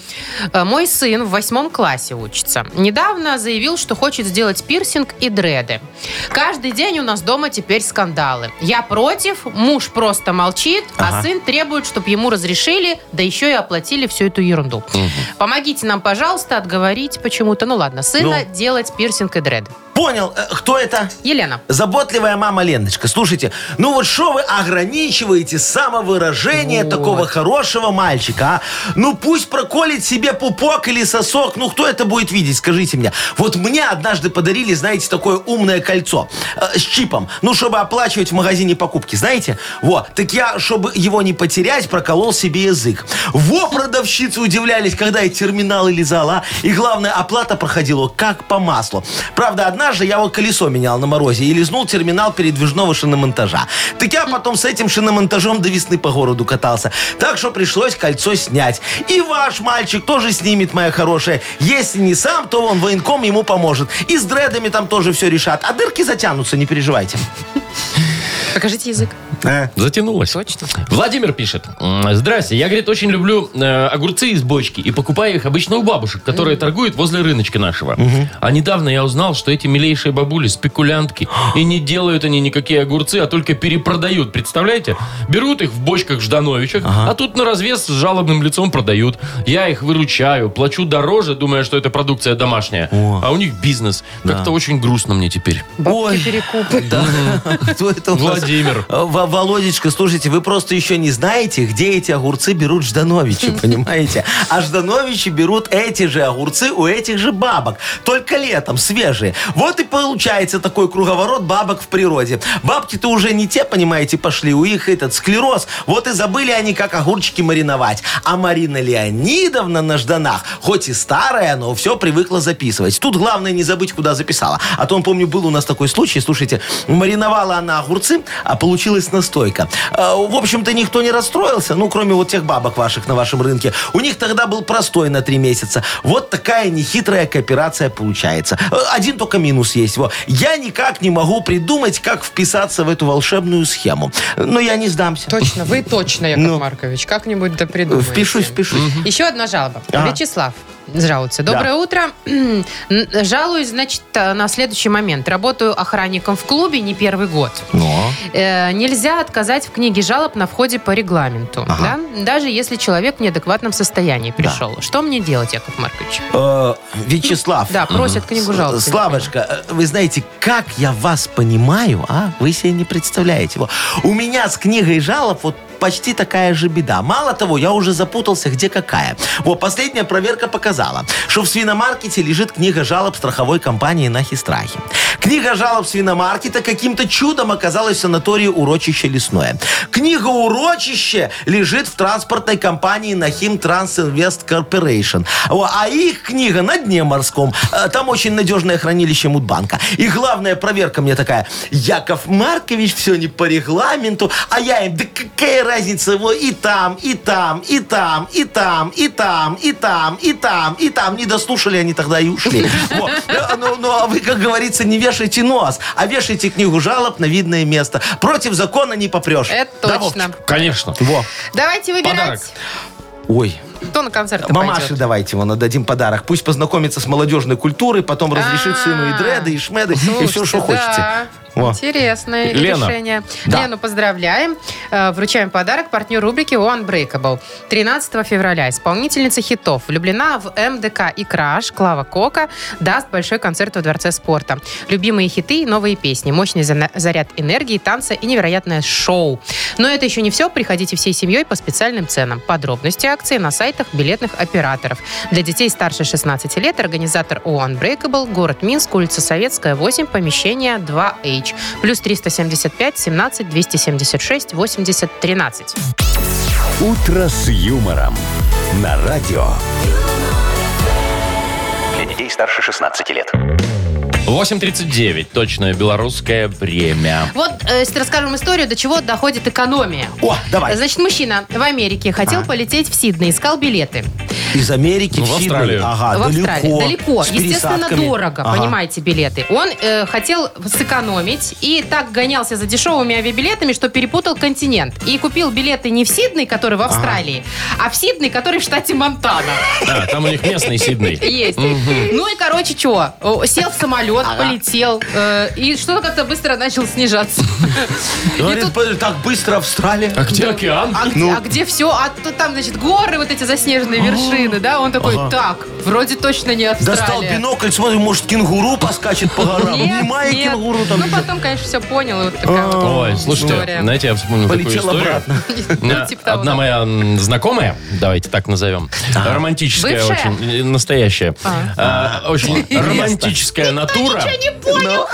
B: Э, Мой сын в восьмом классе учится. Недавно заявил, что хочет сделать пирсинг и дреды. Каждый день у нас дома теперь скандалы. Я против, муж просто молчит, а
C: Ага.
B: сын требует, чтобы ему разрешили, да еще и оплатили всю эту ерунду. Помогите нам, пожалуйста, отговорить почему-то, ну ладно, сына делать пирсинг и дреды.
C: Понял, э, кто это?
B: Елена.
C: Заботливая мама Леночка. Слушайте, ну вот что вы ограничиваете самовыражение
B: Вот.
C: такого хорошего мальчика, а? Ну пусть проколет себе пупок или сосок. Ну кто это будет видеть, скажите мне. Вот мне однажды подарили, знаете, такое умное кольцо э, с чипом. Ну, чтобы оплачивать в магазине покупки, знаете? Во, так я, чтобы его не потерять, проколол себе язык. Во, продавщицы удивлялись, когда я терминалы лизала. И главное, оплата проходила как по маслу. Правда, однажды я вот колесо менял на морозе и лизнул терминал передвижного шиномонтажа. Так я потом с этим шиномонтажом до весны по городу катался. Так что пришлось кольцо снять. И ваш мальчик тоже снимет, моя хорошая. Если не сам, то он военком ему поможет. И с дредами там тоже все решат. А дырки затянутся, не переживайте.
B: Покажите язык.
A: Затянулось.
B: Точно.
A: Владимир пишет. «М, Здрасте, я, говорит, очень люблю э, огурцы из бочки и покупаю их обычно у бабушек, которые торгуют возле рыночка нашего. А недавно я узнал, что эти милейшие бабули спекулянтки. И не делают они никакие огурцы, а только перепродают. Представляете? Берут их в бочках Ждановичах, а тут на развес с жалобным лицом продают. Я их выручаю, плачу дороже, думая, что это продукция домашняя. А у них бизнес. Как-то очень грустно мне теперь.
B: Бабки перекупы.
C: Кто это у нас
A: Владимир.
C: Э, Во- Володечка, слушайте, вы просто еще не знаете, где эти огурцы берут Ждановичи, понимаете? А Ждановичи берут эти же огурцы у этих же бабок, только летом, свежие. Вот и получается такой круговорот бабок в природе. Бабки-то уже не те, понимаете, пошли, у них этот склероз. Вот и забыли они, как огурчики мариновать. А Марина Леонидовна на Жданах, хоть и старая, но все привыкла записывать. Тут главное не забыть, куда записала. А то, помню, был у нас такой случай, слушайте, мариновала она огурцы, а получилась настойка. Э, В общем-то, никто не расстроился, ну, кроме вот тех бабок ваших на вашем рынке. У них тогда был простой на три месяца. Вот такая нехитрая кооперация получается. Э, Один только минус есть. Во. Я никак не могу придумать, как вписаться в эту волшебную схему. Но я не сдамся.
B: Точно, вы точно, Яков
C: Ну.
B: Маркович. Как-нибудь да
C: Э,
B: придумаете.
C: Впишусь, впишусь.
B: Еще одна жалоба.
C: Ага.
B: Вячеслав жалуется.
C: А. Да.
B: Доброе утро. Н- Жалуюсь, значит, э, на следующий момент. Работаю охранником в клубе не первый год.
C: Но.
B: Э, нельзя отказать в книге жалоб на входе по регламенту.
C: Ага.
B: да? Даже если человек в неадекватном состоянии пришел. Что мне делать, Яков Маркович?
C: Э, Вячеслав.
B: Да, просят книгу жалоб.
C: С- Славочка, э, вы знаете, как я вас понимаю, а? Вы себе не представляете. Во. У меня с книгой жалоб вот почти такая же беда. Мало того, я уже запутался, где какая. Вот, последняя проверка показала, что в свиномаркете лежит книга жалоб страховой компании «Нахи страхи». Книга жалоб свиномаркета каким-то чудом оказалась в санатории «Урочище лесное». Книга «Урочище» лежит в транспортной компании «Нахим Трансинвест Корпорейшн». О, А их книга на дне морском. Э, Там очень надежное хранилище Мудбанка. И главная проверка мне такая. Яков Маркович все не по регламенту, а я им, да какая разница его и там, и там, и там, и там, и там, и там, и там, и там. Не дослушали они тогда и ушли. Во. Э, Ну, ну, а вы, как говорится, не вешайте нос, а вешайте книгу жалоб на видное место. Против закона не попрешь.
B: Это
C: Да,
B: точно.
C: Вовчик?
A: Конечно.
C: Во.
B: Давайте выбирать,
A: Подарок.
C: Ой,
B: кто на концерт
C: Мамаше давайте его нададим подарок. Пусть познакомится с молодежной культурой, потом разрешит
B: А.
C: сыну и дреды, и шмеды, и все, что хочете.
B: да.
C: Во.
B: Интересное
A: Лена.
B: решение.
C: Да.
B: Лену поздравляем. Э, Вручаем подарок партнеру рубрики One Breakable. 13 февраля исполнительница хитов влюблена в МДК и Краш Клава Кока даст большой концерт во Дворце спорта. Любимые хиты и новые песни. Мощный зана- заряд энергии, танца и невероятное шоу. Но это еще не все. Приходите всей семьей по специальным ценам. Подробности акции на сайтах билетных операторов. Для детей старше 16 лет организатор ООН Breakable, город Минск, улица Советская, 8, помещение 2H. Плюс 375 17 276 80 13.
D: «Утро с юмором» на радио.
E: Для детей старше 16 лет.
A: 8.39. Точное белорусское время.
B: Вот, э, если расскажем историю, до чего доходит экономия.
C: О, давай.
B: Значит, мужчина в Америке хотел полететь в Сидней, искал билеты.
C: Из Америки
A: Ну, в
C: в Сидней.
A: Австралию.
C: Ага,
B: в Австралии.
C: А, далеко.
B: Далеко.
C: с
B: Естественно,
C: пересадками.
B: дорого,
C: Ага.
B: понимаете, билеты. Он э, хотел сэкономить и так гонялся за дешевыми авиабилетами, что перепутал континент. И купил билеты не в Сидней, который в Австралии, а в Сидней, который в штате
C: (laughs)
B: Монтана.
A: Да, там у них местный Сидней.
B: Есть. Ну и, короче, чего? Сел в самолет, полетел, э, и что-то как-то быстро начал
C: (laughs)
B: снижаться.
C: Говорит, «Блин, так быстро Австралия.
A: А где океан?
C: Ну.
B: А, где, а где все? А то там, значит, горы, вот эти заснеженные вершины, да? Он такой, так, вроде точно не Австралия.
C: Достал бинокль, смотрю, может, кенгуру поскачет по горам.
B: Нет,
C: Внимая
B: нет.
C: кенгуру там.
B: Ну,
C: идет.
B: потом, конечно, все понял. и вот такая вот
A: Ой, слушайте,
B: (laughs) история.
A: знаете, я вспомнил такую
C: Полетел
A: историю.
C: обратно.
A: Э,
B: Ну, типа того,
A: Одна
B: да.
A: моя м, знакомая, давайте так назовем, романтическая
B: Бывшая? А.
A: очень, э, настоящая, э, очень романтическая натура.
B: Не понял.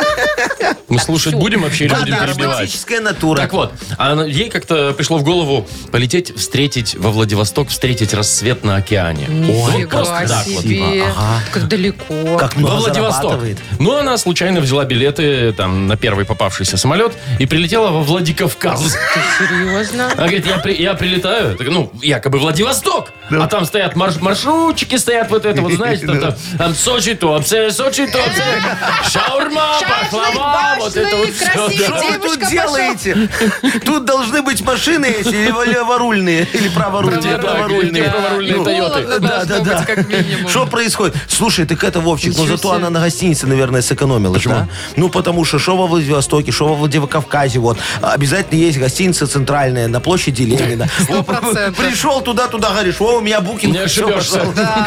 A: Ну, слушать будем вообще или
C: Да,
A: будем
C: да,
A: перебивать?
C: романтическая натура.
A: Так вот, она- ей как-то пришло в голову полететь, встретить во Владивосток, встретить рассвет на океане. Вот просто
B: Нифига
A: так вот.
B: себе.
C: Ага.
B: Как далеко.
C: Как
A: Во
C: много
A: Владивосток.
C: зарабатывает.
A: Но она случайно взяла билеты там на первый попавшийся самолет и прилетела во Владикавказ.
B: Ты серьезно?
A: Она говорит, я, при- я прилетаю, так, ну, якобы Владивосток, а там стоят марш- маршрутчики, стоят вот это вот,
B: (laughs)
A: знаете, там, там, там Сочи, Туапсе, Сочи, Туапсе,
B: (laughs)
A: шаурма,
B: Шашлык,
A: баклава, вот это вот
B: башлык,
A: всё,
B: красивый
A: да.
C: Что вы
B: Девушка
C: тут
B: пошла.
C: делаете? Тут должны быть машины, если леворульные или праворульные.
A: Где, да,
C: праворульные.
A: где праворульные
C: Ну,
A: Тойоты?
B: Холодно
C: Да,
B: должно
C: да,
B: быть,
C: да.
B: как минимум.
C: Что происходит? Слушай, так это Вовчик, но
B: Ничего
C: зато
B: себе.
C: она на гостинице, наверное, сэкономила.
A: Почему?
C: да? Ну, потому что шо во Владивостоке, шо во Владивокавказе, вот. Обязательно есть гостиница центральная на
B: (laughs)
C: площади Ленина. О,
B: процентов.
C: Пришел туда-туда, говоришь, о, у меня букинг.
A: Не
C: всё,
A: ошибешься.
C: пожалуйста.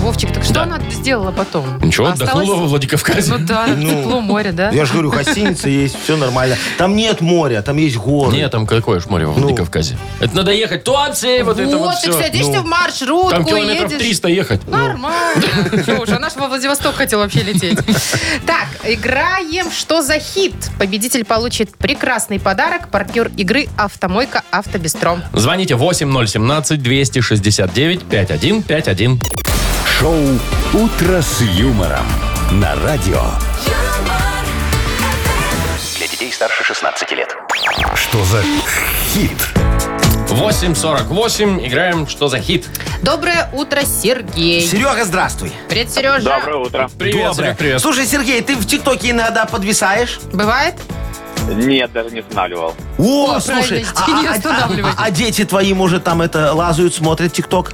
B: Вовчик, так что
A: Да.
B: она сделала потом?
A: Ничего,
B: Осталась-
A: отдохнула во Владикавказе. (laughs)
B: Ну да,
C: Ну.
B: тепло море, да?
C: Я же говорю, гостиница есть, все нормально. Там нет моря, там есть горы.
A: Нет, там какое ж море
B: Ну.
A: во Владикавказе. Это надо ехать Туанцы, вот, это вот
B: ты
A: все.
B: садишься
C: Ну.
B: в маршрутку
A: Там
B: и
A: километров Ну.
B: едешь.
A: 300 ехать.
B: Нормально. Чё уж, она ж во Владивосток хотела вообще
C: (laughs)
B: лететь. Так, играем «Что за хит?». Победитель получит прекрасный подарок. Партнер игры «Автомойка Автобестром».
A: Звоните 8017-269-5151.
D: Шоу «Утро с юмором» на радио.
E: Для детей старше 16 лет.
D: Что за хит?
A: 848. Играем «Что за хит?».
B: Доброе утро, Сергей.
C: Серега, здравствуй.
B: Привет, Сережа.
I: утро.
A: Привет,
C: Доброе.
A: Серег, привет.
C: Слушай, Сергей, ты в ТикТоке иногда подвисаешь?
B: Бывает?
I: Нет, даже не останавливал.
C: О,
B: Ну,
C: слушай,
B: правильно,
C: а,
B: не
C: а- а-
B: останавливайтесь.
C: а дети твои, может, там это лазают, смотрят ТикТок?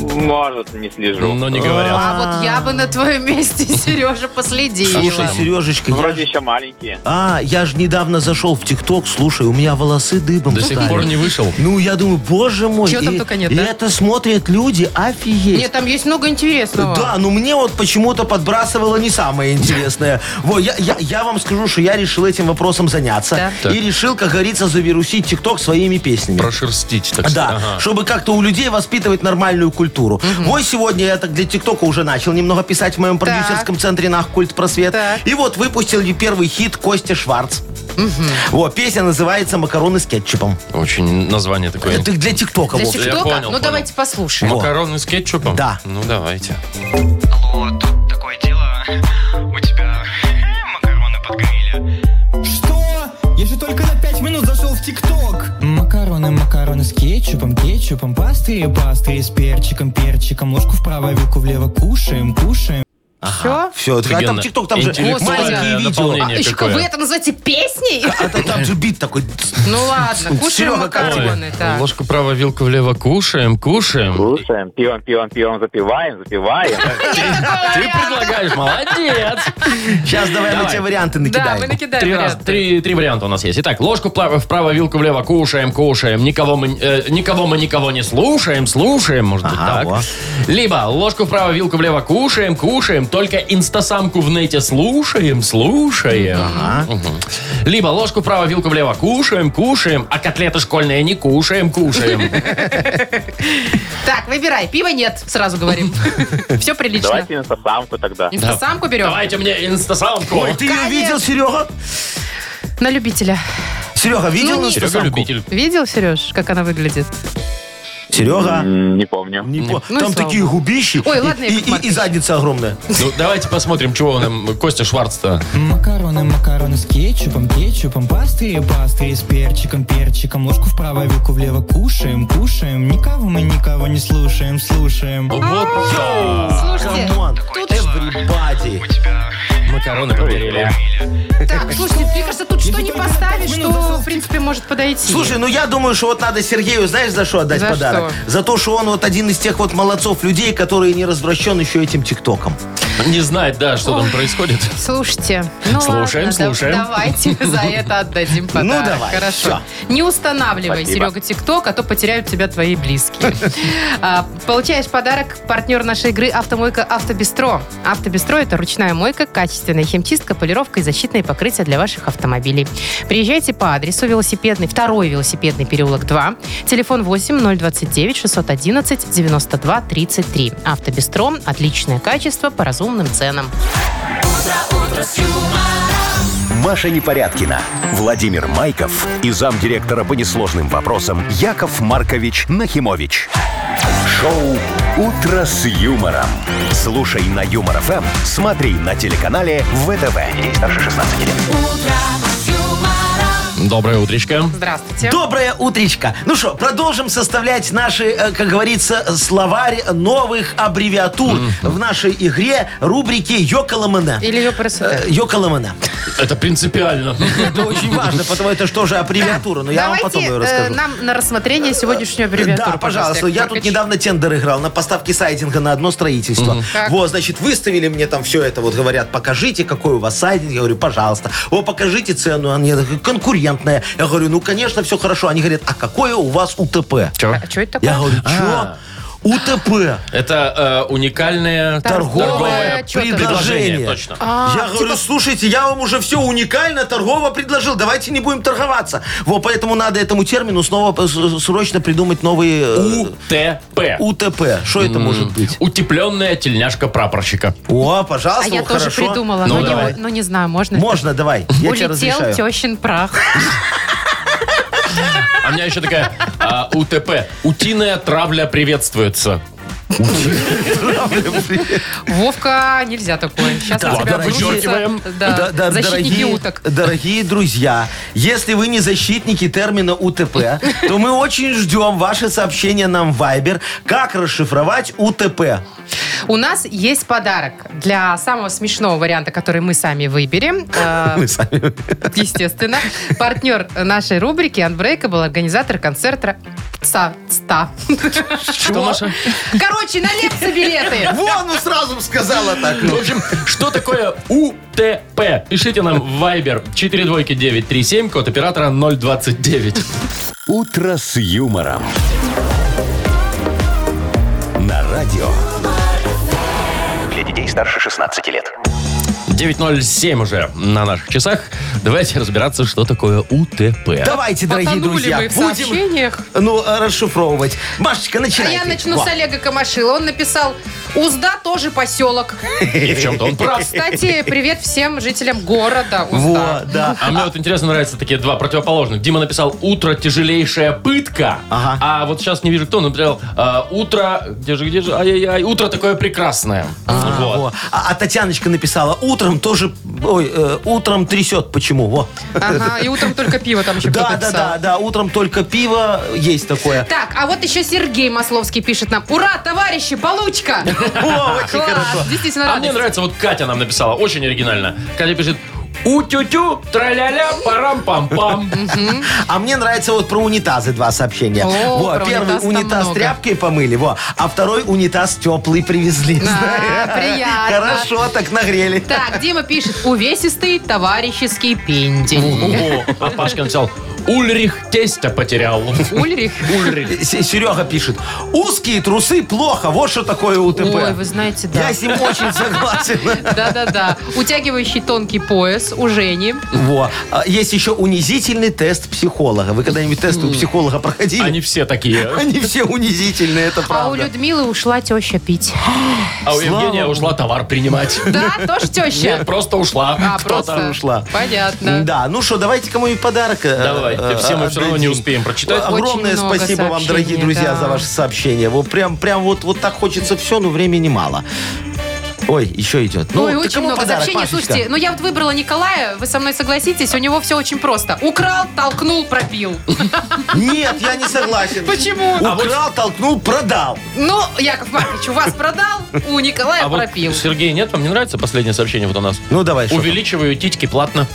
I: Может, не слежу.
A: Но Ну, не говорят.
B: А вот я бы на твоем месте, (laughs) Сережа, последила.
C: Слушай, Сережечка,
B: Ну,
C: я
I: Вроде
C: ж-
I: еще маленькие.
C: А, я же недавно зашел в ТикТок, слушай, у меня волосы дыбом
A: До сих
C: встали.
A: пор не вышел.
C: Ну, я думаю, боже мой.
B: Чего там
C: и-
B: только нет,
C: и
B: да?
C: это смотрят люди, офигеть.
B: Нет, там есть много интересного.
C: Да, ну мне вот почему-то подбрасывало не самое интересное. Во, я, я, я вам скажу, что я решил этим вопросом
B: Да.
C: заняться.
A: Так.
C: И решил, как говорится, завирусить ТикТок своими песнями.
A: Прошерстить, так сказать.
C: А, Да,
A: Ага.
C: чтобы как-то у людей воспитывать нормальную культуру. Вот сегодня я так для ТикТока уже начал немного писать в моем продюсерском центре «Нах культ просвет».
B: Так.
C: И вот выпустил и первый хит Костя Шварц. Вот, песня называется «Макароны с кетчупом».
A: Очень название такое.
C: Это для ТикТока.
B: Для
C: Вовчик.
A: Я
B: ТикТока?
A: понял,
B: ну,
A: понял. Ну,
B: давайте послушаем.
A: Макароны с кетчупом?
C: Да.
A: Ну, давайте.
J: Алло, тут такое дело. У тебя э, макароны подгорели. Что? Я же только на пять минут зашел в ТикТок. Макароны, макароны с кетчупом, кетчупом, пастырь, пастырь с перчиком, перчиком, ложку вправо, вилку влево, кушаем, кушаем.
B: Все?
C: Все, а там
A: Офигенно.
C: ТикТок, там же
A: Интеллектуальное
C: маленькие видео.
A: наполнение
B: еще
A: какое.
B: А, вы это называете песней?
C: А то там же бит такой.
B: Ну ладно, кушаем
C: Серега,
B: макароны. так. (laughs)
A: Ложку право, вилку влево. Кушаем, кушаем.
I: Слушаем, пивом, пивом, пивом запиваем, запиваем.
A: Ты предлагаешь,
C: (laughs)
A: молодец.
C: Сейчас давай мы
A: Давай.
C: тебе варианты
B: Да, мы
C: накидаем.
B: накидаем
A: Три, раз,
B: варианты.
A: три, три варианта у нас есть. Итак, ложку вправо, вправо, вилку влево, кушаем, кушаем. Никого мы, э, никого мы никого не слушаем, слушаем, может быть,
C: Ага,
A: так.
C: во.
A: Либо ложку вправо, вилку влево, кушаем, кушаем. Только инстасамку в нете слушаем, слушаем. Мгм. Либо ложку вправо, вилку влево, кушаем, кушаем. А котлеты школьные не кушаем,
C: (laughs)
A: кушаем.
B: Так, выбирай. Пива нет, сразу говорим. Все прилично.
I: Давайте на самку тогда.
B: Инстасамку берем.
A: Давайте мне инстасамку.
C: Ой, ты ее
B: Конечно.
C: видел, Серега?
B: На любителя.
C: Серега, видел?
B: Ну, не-
C: нашу
A: Серега
C: самку?
A: любитель.
B: Видел, Сереж, как она выглядит?
C: Серега?
I: М, Не помню.
C: Не по-
B: Ну и
C: Там
B: слава
C: такие губищи
B: Ой,
C: и-
B: ладно,
C: и,
B: Яков
C: и- и
B: Маркович.
C: задница огромная.
A: Ну, давайте посмотрим, чего нам Костя Шварц-то.
J: Макароны, макароны с кетчупом, кетчупом, пастырь, пастырь с перчиком, перчиком, ложку вправо, вилку влево, кушаем, кушаем. Никого мы никого не слушаем, слушаем.
A: Вот А.
B: Слушайте,
C: Камон,
B: тут-
C: everybody.
A: макароны погорели.
B: так, слушайте, мне кажется, тут что не поставишь, что, в принципе, может подойти.
C: Слушай, ну я думаю, что вот надо Сергею, знаешь, за что отдать
B: За
C: подарок?
B: что?
C: За то, что он вот один из тех вот молодцов людей, которые не развращен еще этим ТикТоком.
A: Не знает, да, что там происходит.
B: Слушайте, ну
A: Слушаем,
B: ладно, да-
A: слушаем.
B: давайте (laughs) за это отдадим подарок.
C: Ну, давай,
B: Хорошо. Не устанавливай,
I: Спасибо.
B: Серега, ТикТок, а то потеряют тебя твои близкие. А, Получаешь подарок партнер нашей игры «Автомойка Автобестро». «Автобестро» — это ручная мойка, качественная химчистка, полировка и защитные покрытия для ваших автомобилей. Приезжайте по адресу велосипедный, второй велосипедный переулок 2, телефон 8 029 611 92 33. «Автобестро» — отличное качество по разумным ценам.
D: Маша Непорядкина, Владимир Майков и замдиректора по несложным вопросам Яков Маркович Нахимович. Шоу «Утро с юмором». Слушай на Юмор ФМ, смотри на телеканале ВТВ. Здесь старше 16 лет.
A: Доброе утречко.
B: Здравствуйте.
C: Доброе утречко. Ну что, продолжим составлять наши, э, как говорится, словарь новых аббревиатур в нашей игре рубрики Йокаламена.
B: Или ее просыпать.
C: Э, Йокаламена.
A: Это принципиально.
C: Это очень важно, потому это что же аббревиатура, но ну, я вам
B: Давайте
C: потом ее
B: э,
C: расскажу. Э,
B: нам на рассмотрение сегодняшнюю аббревиатуру.
C: Да, пожалуйста. Я
B: Яков
C: тут недавно тендер играл на поставки сайдинга на одно строительство.
B: Так.
C: Вот, значит, выставили мне там все это. Вот говорят, покажите, какой у вас сайдинг. Я говорю, пожалуйста. О, покажите цену. Он мне такой, конкурент ремонтное. Я говорю, ну, конечно, все хорошо. Они говорят, а какое у вас УТП?
A: Чё?
B: А что это такое?
C: Я говорю, что?
A: А.
C: УТП.
A: Это э, уникальное
B: Торговое чё-то там.
A: предложение. Точно.
B: А,
C: я говорю, слушайте, я вам уже все уникально торгово предложил, давайте не будем торговаться. Вот поэтому надо этому термину снова э, с- срочно придумать новые... э,
A: УТП.
C: УТП. Что это может быть?
A: Утепленная тельняшка прапорщика.
C: О,
B: А
C: пожалуйста,
B: я тоже
C: хорошо.
B: придумала,
A: Ну,
B: но, не,
A: давай.
B: но не знаю, можно. это?
C: Можно, давай, я тебе
B: Улетел
C: разрешаю. (laughs)
B: тещин прах.
A: А у меня еще такая а, УТП. Утиная травля приветствуется.
B: Вовка, нельзя такое. Сейчас
C: Да,
B: на тебя
C: дорогие-
A: Вычеркиваем.
B: обрушится да,
C: Да- да,
B: защитники
C: дорогие,
B: уток.
C: Дорогие друзья, если вы не защитники термина УТП, то мы очень ждем ваши сообщения нам в Viber, как расшифровать УТП.
B: У нас есть подарок для самого смешного варианта, который мы сами выберем. Э, Естественно. Партнер нашей рубрики Unbreakable, организатор концерта ЦА. ЦТА.
A: Что, Маша?
B: Короче, на лепса билеты.
C: Вон, ну сразу сказала так. ну.
A: В общем, что такое УТП? Пишите нам в Viber 42937, код оператора 029.
D: «Утро с юмором». На радио.
E: Для детей старше 16 лет.
A: 9.07 уже на наших часах. Давайте разбираться, что такое УТП.
C: Давайте, дорогие
B: Потонули
C: друзья,
B: мы в
C: будем
B: сообщениях.
C: ну, э, расшифровывать. Машечка,
B: А
C: начинай.
B: я
C: ты.
B: начну
C: Во.
B: с Олега Камашила. Он написал, Узда тоже поселок.
A: И в чем-то он прав.
B: Кстати, привет всем жителям города
C: Во,
B: Узда.
C: да.
A: А мне вот интересно нравятся такие два противоположных. Дима написал «Утро – тяжелейшая пытка»,
C: Ага.
A: а вот сейчас не вижу кто, он написал э, «Утро…» Где же, где же? Ай-яй-яй. «Утро такое прекрасное».
C: А,
A: Вот.
C: во. А- а Татьяночка написала, утром тоже, ой, э, утром трясет, почему, во.
B: Ага, и утром только пиво там еще
C: Да,
B: кто-то
C: да,
B: писал.
C: да, да, утром только пиво, есть такое.
B: Так, а вот еще Сергей Масловский пишет нам. Ура, товарищи, получка!
C: О, очень хорошо.
B: Класс, действительно
A: А мне
B: радость.
A: нравится, вот Катя нам написала, очень оригинально. Катя пишет «У-тю-тю, тра-ля-ля, парам-пам-пам».
C: А мне нравится вот про унитазы два сообщения.
B: О,
C: Во,
B: про
C: первый
B: унитаз там
C: унитаз
B: много.
C: тряпкой помыли, во, а второй унитаз теплый привезли. (laughs)
B: Да, А, приятно.
C: Хорошо, так нагрели.
B: Так, Дима пишет. Увесистый товарищеский
A: О,
B: пендень.
A: а Пашка написал «Ульрих тестя потерял».
B: Ульрих.
A: Ульрих.
C: С- Серега пишет, узкие трусы плохо, вот что такое УТП.
B: Ой, вы знаете, да.
C: Я с ним очень согласен.
B: Да-да-да. Утягивающий тонкий пояс у Жени.
C: Во. А Есть еще унизительный тест психолога. Вы когда-нибудь тест у психолога проходили?
A: Они все такие.
C: Они все унизительные, это
B: А у
C: правда.
B: Людмилы ушла теща пить.
A: А у Евгения ушла товар принимать.
B: Да, тоже теща.
A: Нет, просто ушла.
B: А,
A: Кто-то.
B: просто
C: ушла?
B: Понятно.
C: Да, ну что, давайте кому-нибудь подарок. э,
A: Давайте, все мы все равно не успеем прочитать.
B: Очень
C: Огромное
B: много
C: спасибо вам,
B: сообщений,
C: дорогие друзья,
B: да.
C: за ваши сообщения. Вот прям, прям вот, вот так хочется все, но времени мало. Ой, еще идет.
B: Ой,
C: ты
B: Ну, очень
C: Ну, кому
B: много
C: подарок,
B: сообщений.
C: Машечка?
B: Слушайте, ну я вот выбрала Николая, вы со мной согласитесь, у него все очень просто. Украл, толкнул, пропил.
C: Нет, я не согласен.
B: Почему?
C: Украл, толкнул, продал.
B: Ну, Яков Маркович, у вас продал, у Николая
A: А вот,
B: пропил.
A: Сергей, нет, вам не нравится последнее сообщение вот у нас?
C: Ну, давай, что
A: Увеличиваю титьки платно.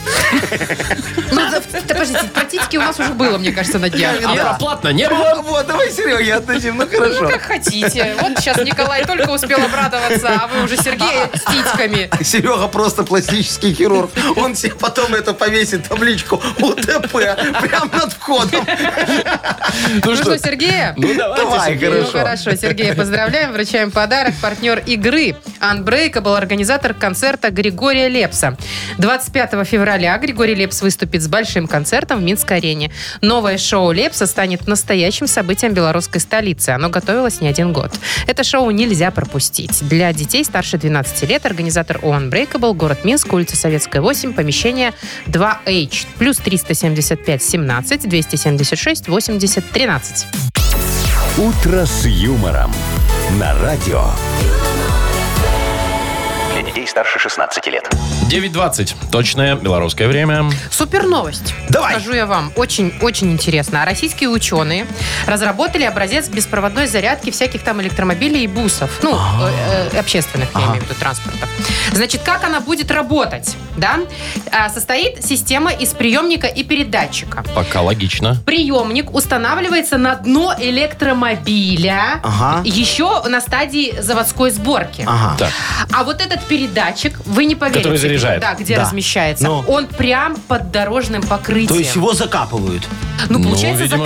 B: Ну, да, да, подождите, про титьки у нас уже было, мне кажется, на днях.
A: А
C: Да.
A: про платно не было?
C: там? Вот, давай, Серега, я отдадим, ну хорошо.
B: Ну, как хотите. Вот сейчас Николай только успел обрадоваться, а вы уже Сергея с титьками.
C: Серега просто пластический хирург. Он себе потом это повесит табличку УТП прям над входом.
A: Ну
B: Ну что, Сергея?
A: Ну давайте.
C: Давай,
A: Сергей.
B: Ну
C: хорошо.
B: хорошо, Сергея поздравляем, вручаем подарок. Партнер игры Unbreakable, организатор концерта Григория Лепса. 25 февраля Григорий Лепс выступит с большим концертом в Минской арене. Новое шоу Лепса станет настоящим событием белорусской столицы. Оно готовилось не один год. Это шоу нельзя пропустить. Для детей старше 12 лет организатор ООН Breakable, город Минск, улица Советская, 8, помещение 2H, плюс 375 17 276 80 13.
D: «Утро с юмором». На радио.
E: Для детей старше 16 лет.
A: 9.20. Точное белорусское время.
B: Супер новость.
C: Давай.
B: Скажу я вам, очень-очень интересно. А Российские ученые разработали образец беспроводной зарядки всяких там электромобилей и бусов. Ну,
C: А.
B: э, э, общественных, я имею в виду, транспортов. Значит, как она будет работать? Да? А, Состоит система из приемника и передатчика.
A: Пока логично.
B: Приемник устанавливается на дно электромобиля
C: Ага.
B: еще на стадии заводской сборки.
C: Ага.
A: Так.
B: А вот этот четыре датчик, вы не поверите.
A: Который заряжает.
B: Да, где
C: Да.
B: размещается.
C: Ну.
B: Он прям под дорожным покрытием.
C: То есть его закапывают.
B: Ну,
A: Ну,
B: получается,
A: видимо,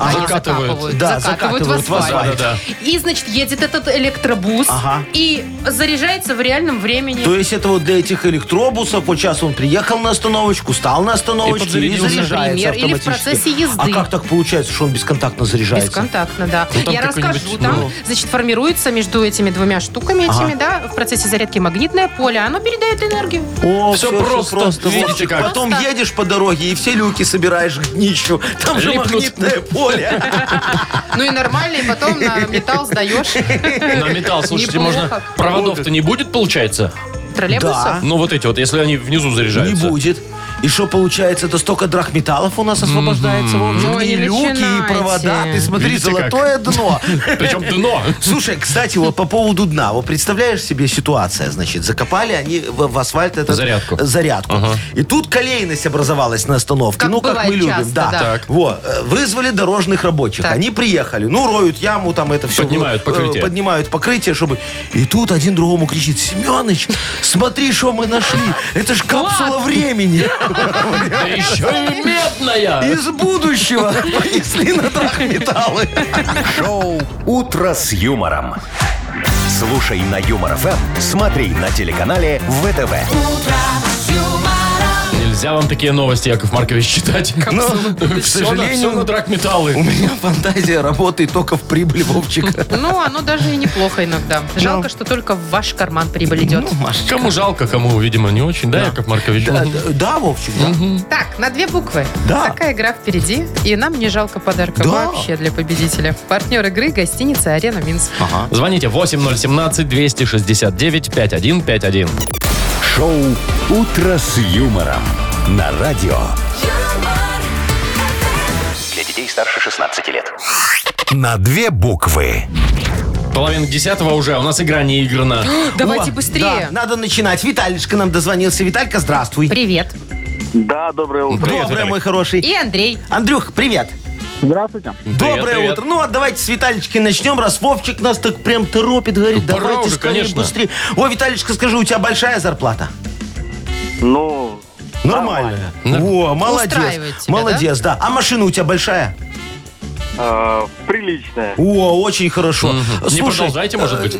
A: зак-
B: а не
A: закатывают.
B: закапывают.
C: Да,
B: закатывают в
C: закатывают в
B: асфальт.
C: асфальт.
A: Да-да-да.
B: И, значит, едет этот электробус
C: Ага.
B: и заряжается в реальном времени.
C: То есть это вот для этих электробусов, вот сейчас он приехал на остановочку, стал на остановочку и,
A: подзарядился.
C: заряжается
B: Например, или в
C: автоматически.
B: процессе езды.
C: А как так получается, что он бесконтактно заряжается?
B: Бесконтактно, да.
A: Ну, там
B: Я
A: какой-нибудь,
B: расскажу. Там,
A: ну.
B: значит, формируется между этими двумя штуками, этими, да, в процессе зарядки магнитное поле. Оно передает энергию.
C: О,
A: Всё
C: всё, всё
A: просто. Видите
C: Вовчик,
A: как?
C: Потом
B: Просто.
C: едешь по дороге и все люки собираешь к днищу. Там же
A: Липнут.
C: магнитное поле.
B: Ну и нормально, и потом на металл
C: (laughs)
B: сдаешь
A: На металл, слушайте,
B: Неплохо.
A: можно... Проводов-то не будет, получается?
B: троллейбуса.
C: Да.
A: Ну, вот эти вот, если они внизу
C: Не
A: заряжаются.
C: будет. И что получается, это столько драхметаллов у нас освобождается. Вовчик.
B: Ой,
C: и
B: не
C: люки, и
B: начинайте.
C: провода. Ты смотри,
A: Видите, как?
C: золотое дно.
A: Причем дно.
C: Слушай, кстати, вот по поводу дна. Вот представляешь себе ситуация, значит, закопали они в, в асфальт этот,
A: Зарядку.
C: э, зарядку.
A: Ага.
C: И тут колейность образовалась на остановке.
B: Как
C: ну, как
B: бывает
C: мы любим.
B: часто,
C: да.
B: да.
A: Так.
C: Вот, э, вызвали дорожных рабочих.
B: Так.
C: Они приехали, ну, роют яму, там это все.
A: Поднимают покрытие.
C: поднимают покрытие, чтобы... И тут один другому кричит, Семеныч, смотри, что мы нашли. Это ж капсула времени.
A: Да еще и медная.
C: Из (laughs) будущего понесли на драгметаллы.
D: Шоу «Утро с юмором». Слушай на Юмор ФМ, смотри на телеканале ВТВ.
A: Нельзя вам такие новости, Яков Маркович, читать. Ну,
C: к
A: Все на, все
C: сожалению,
A: на драгметаллы.
C: У меня фантазия работает только в прибыль, Вовчик.
B: Ну, оно даже и неплохо иногда. Жалко, что только в ваш карман прибыль идет.
C: Ну,
A: Кому жалко, кому, видимо, не очень, да, Яков Маркович?
C: Да,
A: Мгм.
C: да, да, Вовчик, да.
B: Так, на две буквы.
C: Да.
B: Такая игра впереди, и нам не жалко подарка
C: Да.
B: вообще для победителя. Партнер игры гостиница «Арена Минск».
A: Звоните 8017-269-5151.
D: Шоу «Утро с юмором» на радио.
E: Для детей старше 16 лет.
D: На две буквы.
A: Половина десятого уже, а у нас игра не
C: (gasps)
A: играна.
B: Давайте
C: О,
B: быстрее.
C: да, надо начинать. Виталишка нам дозвонился. Виталька, здравствуй.
B: Привет.
I: Да, доброе утро.
A: Привет,
C: Доброе,
A: Виталик.
C: мой хороший.
B: И Андрей.
C: Андрюх, привет.
H: Здравствуйте.
C: Доброе
A: привет.
C: утро. Ну вот давайте с Виталички начнем, раз Вовчик нас так прям торопит, говорит,
A: Ну, пора
C: давайте
A: уже,
C: скорее,
A: конечно.
C: быстрее. О, Виталичка, скажи, у тебя большая зарплата?
I: Ну,
C: Нормальная. О,
B: Устраивает
C: молодец.
B: тебя,
C: молодец, да? А машина у тебя большая?
I: э, приличное.
C: О, очень хорошо.
A: Не продолжайте, может быть.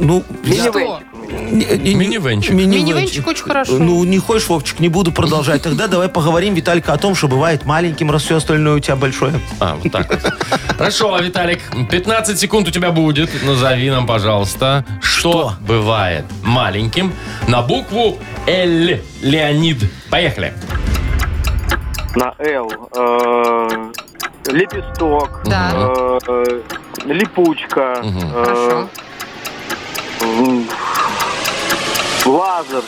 C: ну, я-
B: Что?
A: Минивенчик.
B: Минивенчик очень хорошо.
C: Ну, не хочешь, Вовчик, не буду продолжать. Тогда давай поговорим, Виталька, о том, что бывает маленьким, раз все остальное у тебя большое.
A: А, вот так вот.
C: (laughs)
A: Хорошо, Виталик, 15 секунд у тебя будет. Назови нам, пожалуйста, что,
C: Что?
A: бывает маленьким на букву Л. Леонид. Поехали.
I: На Л. э, лепесток.
B: Да.
I: э, э, липучка.
A: Мгм.
I: э,
B: Хорошо.
I: м, лазер.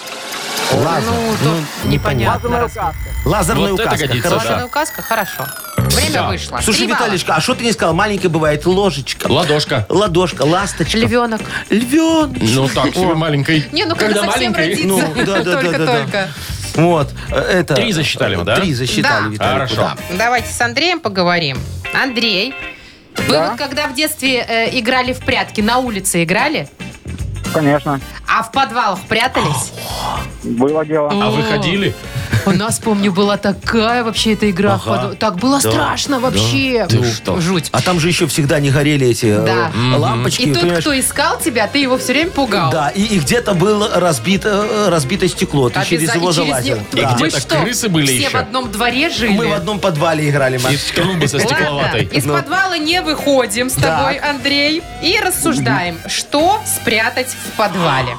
C: Лазер.
B: Ну, тут непонятно.
C: Лазерная
A: Вот это
C: указка.
A: годится,
C: Хорошо.
B: Ладно, указка, хорошо.
A: Всё.
B: Время вышло.
C: Слушай,
B: Три балла.
C: Виталичка, а что ты не сказал? Маленькая бывает ложечка.
A: Ладошка.
C: Ладошка, ласточка.
B: Львенок.
C: Львен.
A: Ну так, себе маленькой.
B: Не, ну когда, совсем родится.
C: ну, да, да, да,
B: только,
C: да, да.
B: только.
C: Вот. э, Это...
A: Три засчитали мы, да?
C: Три засчитали,
B: Да.
C: Виталик.
A: Хорошо.
C: Да.
B: Ну, Давайте с Андреем поговорим. Андрей, вы вот когда в детстве э, играли в прятки, на улице играли,
H: Конечно.
B: а в подвалах прятались?
H: Было дело.
A: А вы
B: О.
A: ходили?
B: У нас, помню, была такая вообще эта игра. в
C: Ага.
B: подвал- Так было страшно вообще.
A: Ты
B: Ну,
A: что?
B: Жуть.
C: А там же еще всегда не горели эти э,
B: Да.
C: лампочки.
B: И тот,
C: понимаешь?
B: кто искал тебя, ты его все время пугал.
C: Да, и, и где-то было разбито, э, разбито стекло, ты
B: Обяза-
C: через
B: и
C: его
B: через
C: залазил.
B: него-
C: Да.
A: И
B: Вы
A: где-то
B: что,
A: крысы были
B: все
A: еще?
B: в одном дворе жили?
C: Мы в одном подвале играли,
A: И
C: Маш.
A: труба со
B: Ладно,
A: стекловатой.
B: из
C: Ну.
B: подвала не выходим с тобой, Андрей, и рассуждаем, что спрятать в подвале.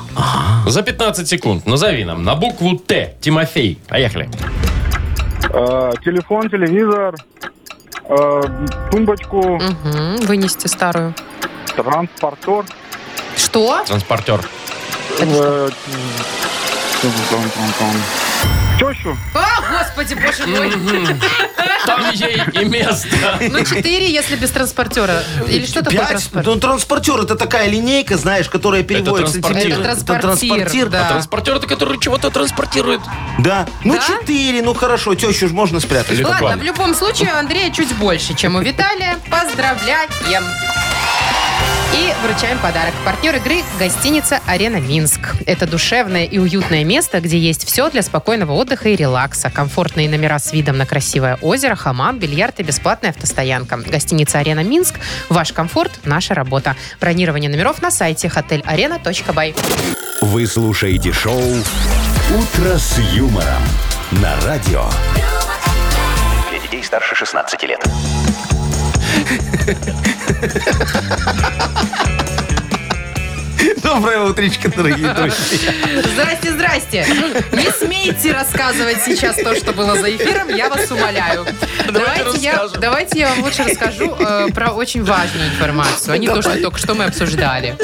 A: За 15 секунд назови нам на букву Т. Тимофей. Поехали.
I: Э, телефон, телевизор, э, тумбочку,
C: А.
B: Мгм, вынести старую.
I: транспортер.
B: Что?
A: Транспортер.
I: э, Тещу?
B: О, А, господи, боже мой.
A: Там ей
C: (laughs)
A: и место.
B: Ну, четыре, если без транспортера. Или что такое
C: Пять?
B: транспортер?
C: Ну, транспортер это такая линейка, знаешь, которая переводится типа-
A: транспортир. А
C: тебе-
A: Это
B: транспортир,
C: а
B: да.
A: Транспортер, это который чего-то транспортирует.
C: Да. Ну,
B: Да?
C: четыре, ну хорошо, тещу же можно спрятать.
A: Или-
B: Ладно,
A: буквально.
B: в любом случае у Андрея чуть больше, чем у Виталия. Поздравляем. И вручаем подарок. Партнер игры – гостиница «Арена Минск». Это душевное и уютное место, где есть все для спокойного отдыха и релакса. Комфортные номера с видом на красивое озеро, хамам, бильярд и бесплатная автостоянка. Гостиница «Арена Минск» – ваш комфорт, наша работа. Бронирование номеров на сайте hotelarena.by.
D: Вы слушаете шоу «Утро с юмором» на радио.
E: Для детей старше 16 лет.
C: Доброе утречко,
A: (laughs)
C: дорогие друзья.
B: Здрасте, здрасте. Ну, Не смейте рассказывать сейчас то, что было за эфиром, я вас умоляю.
C: Давайте
B: я,
C: расскажем.
B: давайте я вам лучше расскажу э, про очень важную информацию, а не то, что только что мы обсуждали.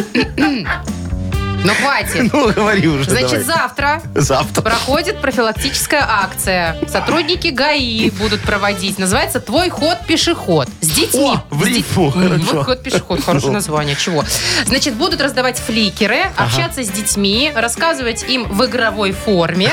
B: Ну, хватит.
C: (laughs) Ну, говори уже,
B: Значит,
C: давай.
B: завтра
C: Завтра.
B: проходит профилактическая акция. Сотрудники ГАИ будут проводить. Называется «Твой ход пешеход». С детьми.
C: О, в
B: С деть-
C: рифму, хорошо. Ну.
B: «Твой ход пешеход». Хорошее название. Чего? Значит, будут раздавать фликеры, общаться с детьми, рассказывать им в игровой
C: (laughs)
B: форме,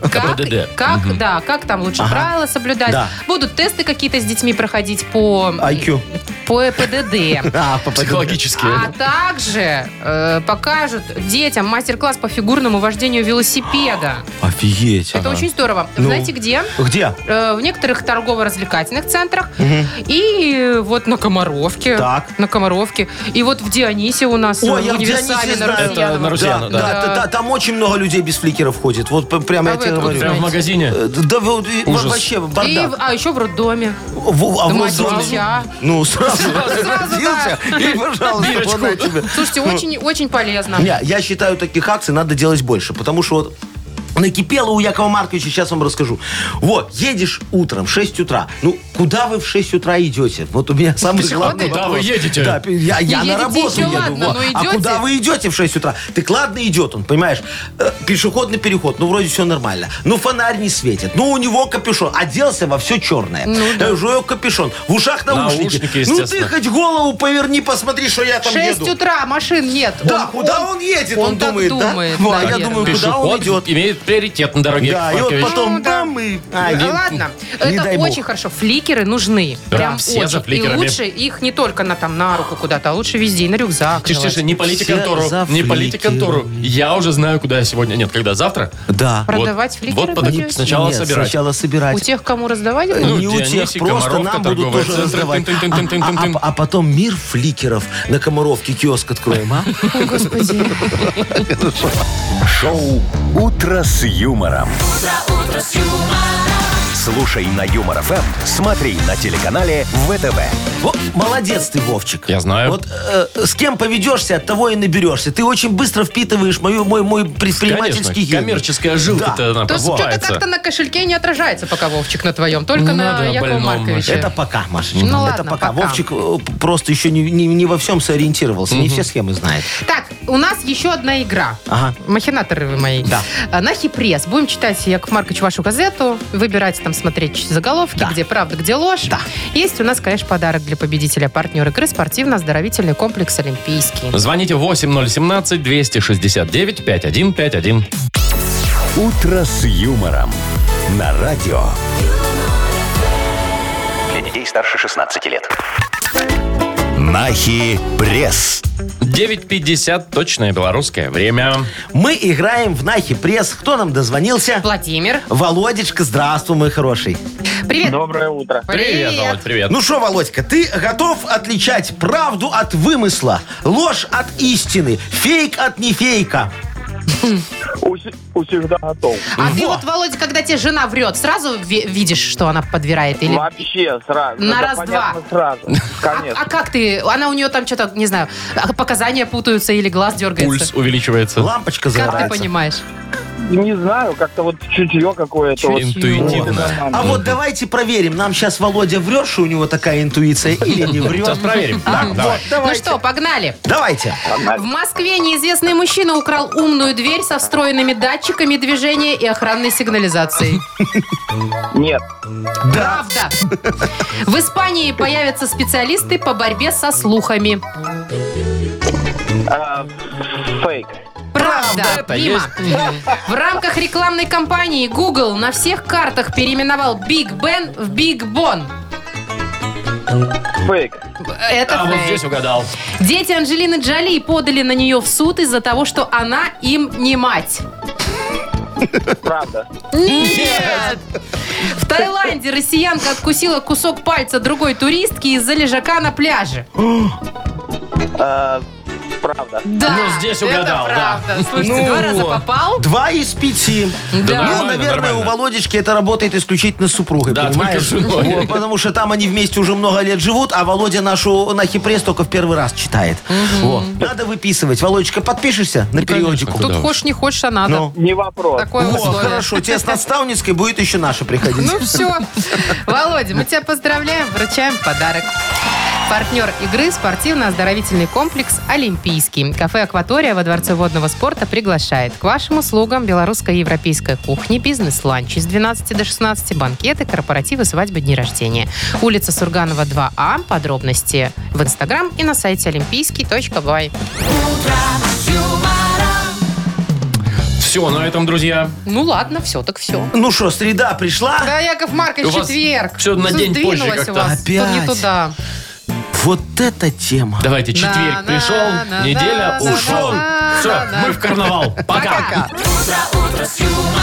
B: как,
A: КПДД.
B: как, да, как там лучше правила соблюдать.
C: Да.
B: Будут тесты какие-то с детьми проходить по...
C: IQ.
B: По ЭПДД.
C: А, попадет.
A: Психологические.
B: А также э, покажут детям мастер-класс по фигурному вождению велосипеда.
C: Офигеть.
B: Это
C: ага.
B: очень здорово.
C: Ну.
B: Знаете где?
C: Где?
B: Э, В некоторых торгово-развлекательных центрах и э, вот на Комаровке.
C: Так.
B: На Комаровке. И вот в Дионисе у нас
C: Ой,
B: э,
C: я в
B: универсале
C: Дионисе
B: на
C: знаю.
A: Это
B: Русьяновом.
A: на Русьяновом. Друзья, ну
C: Да,
A: да.
C: да, да, да, там очень много людей без фликеров ходит. Вот п- прямо
B: А
C: я
B: вы
C: тебе
B: откуда
C: говорю.
A: Прям в
B: знаете?
A: магазине.
C: Э, Да вы- э,
A: Ужас.
C: вообще
B: И в-
C: бардак.
B: а еще в роддоме.
C: В- а в
B: Мать
C: Моздоме?
B: дитя.
C: Ну, сразу родился. И, пожалуйста,
A: Бирочку.
C: вот на тебе. Ну.
B: Слушайте, очень, очень полезно.
C: Не, я считаю, таких акций надо делать больше, потому что вот накипело у Якова Марковича, сейчас вам расскажу. Вот, едешь утром, 6 утра. Ну, куда вы в 6 утра идете? Вот у меня самый главный
A: А Куда
C: вопрос.
A: вы едете?
C: Да, я, я
B: Не
C: на
B: Ну, едете еще,
C: работу еду.
B: ладно,
C: во.
B: но
C: а
B: идете?
C: куда вы идете в 6 утра? Так ладно идет он, понимаешь? Э, Пешеходный переход, ну, вроде все нормально. Ну, фонарь не светит. Ну, у него капюшон. Оделся во все черное. Ну, капюшон. В ушах наушники.
A: Наушники,
C: ну, ты
A: естественно.
C: хоть голову поверни, посмотри, что я там
B: Шесть
C: еду.
B: 6 утра, машин нет.
C: Да,
B: Он-
C: куда он, едет, он,
B: он так
C: думает, да?
B: думает,
C: Во, а я
B: наверное.
C: думаю, куда он
A: Пешеход
C: идет.
A: имеет приоритет на дороге.
C: Да, и
A: Яков
C: вот
A: Маркович.
C: потом
B: Ну да.
C: бам и... А,
B: Да
C: не-
B: ладно,
C: не
B: это
C: дай бог.
B: очень хорошо. Фликеры нужны.
A: Да,
B: Прям
A: все за
B: очень.
A: фликерами.
B: И лучше их не только на, там, на руку куда-то, а лучше везде, и на рюкзак.
A: Тише,
B: давать.
A: тише, не полите
C: Все
A: контору.
C: за
A: Не полите
C: фликерами.
A: контору. Я уже знаю, куда я сегодня... Нет, когда? Завтра?
C: Да.
A: Вот-
B: Продавать фликеры
A: Вот, подай-
B: будете?
A: сначала
C: Нет,
A: собирать.
C: Сначала собирать.
B: У тех, кому раздавать? будут?
A: Ну,
C: Не у тех,
A: Дионисий,
C: просто
A: Комаровка,
C: нам будут
A: торговые
C: тоже
A: центры.
C: раздавать. А, а-
A: Тын-тын-тын-тын-тын.
C: а- а потом мир фликеров на Комаровке киоск откроем, а?
B: Ой, Господи.
D: Шоу «Утро с юмором». Слушай на Юмор ФМ, смотри на телеканале ВТВ.
C: Во, молодец ты, Вовчик.
A: Я знаю.
C: Вот э, с кем поведешься, от того и наберешься. Ты очень быстро впитываешь мою, мой, мой
A: Конечно,
C: предпринимательский гений.
A: коммерческая жилка-то
C: Да.
A: она
B: То есть что-то
A: пробивается.
B: как-то на кошельке не отражается пока, Вовчик, на твоем. Только на
A: Надо
B: Якова
A: больному
B: Марковича.
C: Это пока, Машечка.
B: Ну
C: это
B: ладно, пока.
C: пока. Вовчик э, просто еще не, не- не во всем сориентировался, не все схемы знает.
B: Так, у нас еще одна игра.
C: Ага.
B: Махинаторы вы мои.
C: Да.
B: А, На Хипресс. Будем читать, Яков Маркович, вашу газету, выбирать там, смотреть заголовки,
C: Да.
B: где правда, где ложь.
C: Да.
B: Есть у нас, конечно, подарок для победителя, партнер игры, спортивно-оздоровительный комплекс «Олимпийский».
A: Звоните 8017-269-5151.
D: «Утро с юмором» на радио.
E: Для детей старше 16 лет.
D: Нахи пресс.
A: 9.50, точное белорусское время.
C: Мы играем в Нахи Пресс. Кто нам дозвонился?
B: Владимир,
C: Володечка, здравствуй, мой хороший.
B: привет.
I: Доброе утро.
A: Привет, Володь, привет.
C: Ну что, Володька, ты готов отличать правду от вымысла, ложь от истины, фейк от нефейка?
I: Усе- у всегда готов.
B: А ты
C: Во.
B: вот, Володя, когда тебе жена врет, сразу ви- видишь, что она подбирает? Или...
I: Вообще сразу.
B: На
I: Да,
B: раз-два.
I: понятно, Сразу.
B: А,
I: Конечно.
B: (laughs) а как ты? Она у нее там что-то, не знаю, а, показания путаются или глаз дергается?
A: Пульс увеличивается.
C: Лампочка
B: Как ты
C: загорается.
B: понимаешь?
I: Не знаю, как-то вот чутье какое-то. вот.
A: Интуитивно.
C: А вот давайте проверим, нам сейчас Володя врет, что у него такая интуиция или не
A: Сейчас
C: врет.
A: проверим. Так, давай.
B: Ну что, погнали.
C: Давайте.
I: а,
B: В Москве неизвестный мужчина украл умную дверь со встроенными датчиками движения и охранной сигнализацией.
I: Нет.
C: Да.
B: Правда. В Испании появятся специалисты по борьбе со слухами.
I: А, фейк.
B: Правда.
A: это
B: Мимо.
A: есть.
B: (laughs) В рамках рекламной кампании Google на всех картах переименовал Биг Бен в Биг Бон.
I: Фейк.
B: Это
A: А вот
B: фейк.
A: здесь угадал.
B: Дети Анджелины Джоли подали на нее в суд из-за того, что она им не мать.
I: Правда.
B: Нет! В Таиланде россиянка откусила кусок пальца другой туристки из-за лежака на пляже.
I: Э, Правда.
B: Да,
A: Ну, здесь угадал,
B: это
A: да.
B: правда. Слушайте,
C: Ну
B: два раза
C: вот.
B: попал.
C: Два из пяти.
A: Да
C: Ну,
A: нормально,
C: наверное,
A: нормально.
C: у Володечки это работает исключительно с супругой,
A: Да,
C: понимаешь?
A: только с женой.
C: Вот, Потому что там они вместе уже много лет живут, а Володя нашу нахи пресс только в первый раз читает. Во. Надо выписывать. Володечка, подпишешься на периодику?
B: Тут
A: уж.
B: хочешь, не хочешь, а надо.
C: Ну.
I: Не вопрос.
B: Такое
C: Во,
B: условие.
C: хорошо. Тебе с наставницкой будет еще наша приходить.
B: Ну все. Володя, мы тебя поздравляем, вручаем подарок. Партнер игры – спортивно-оздоровительный комплекс «Олимпийский». Кафе «Акватория» во Дворце водного спорта приглашает. К вашим услугам белорусская и европейская кухня, бизнес-ланчи с 12 до 16, банкеты, корпоративы, свадьбы, дни рождения. Улица Сурганова, 2А. Подробности в Инстаграм и на сайте олимпийский.бай.
A: Все, на этом, друзья.
B: Ну ладно, все так все.
C: Ну что, среда пришла?
B: Да, Яков
A: У
B: Маркович,
A: вас
B: четверг.
A: всё на день позже
B: Сдвинулось
A: как-то.
B: у вас. То не
C: Опять.
B: туда.
C: Вот это тема.
A: Давайте, четверг
B: На-на-на-на-на-на-на.
A: пришел, неделя ушел. Все, мы в карнавал. Пока.
B: Пока.
J: Утро, утро с юмором.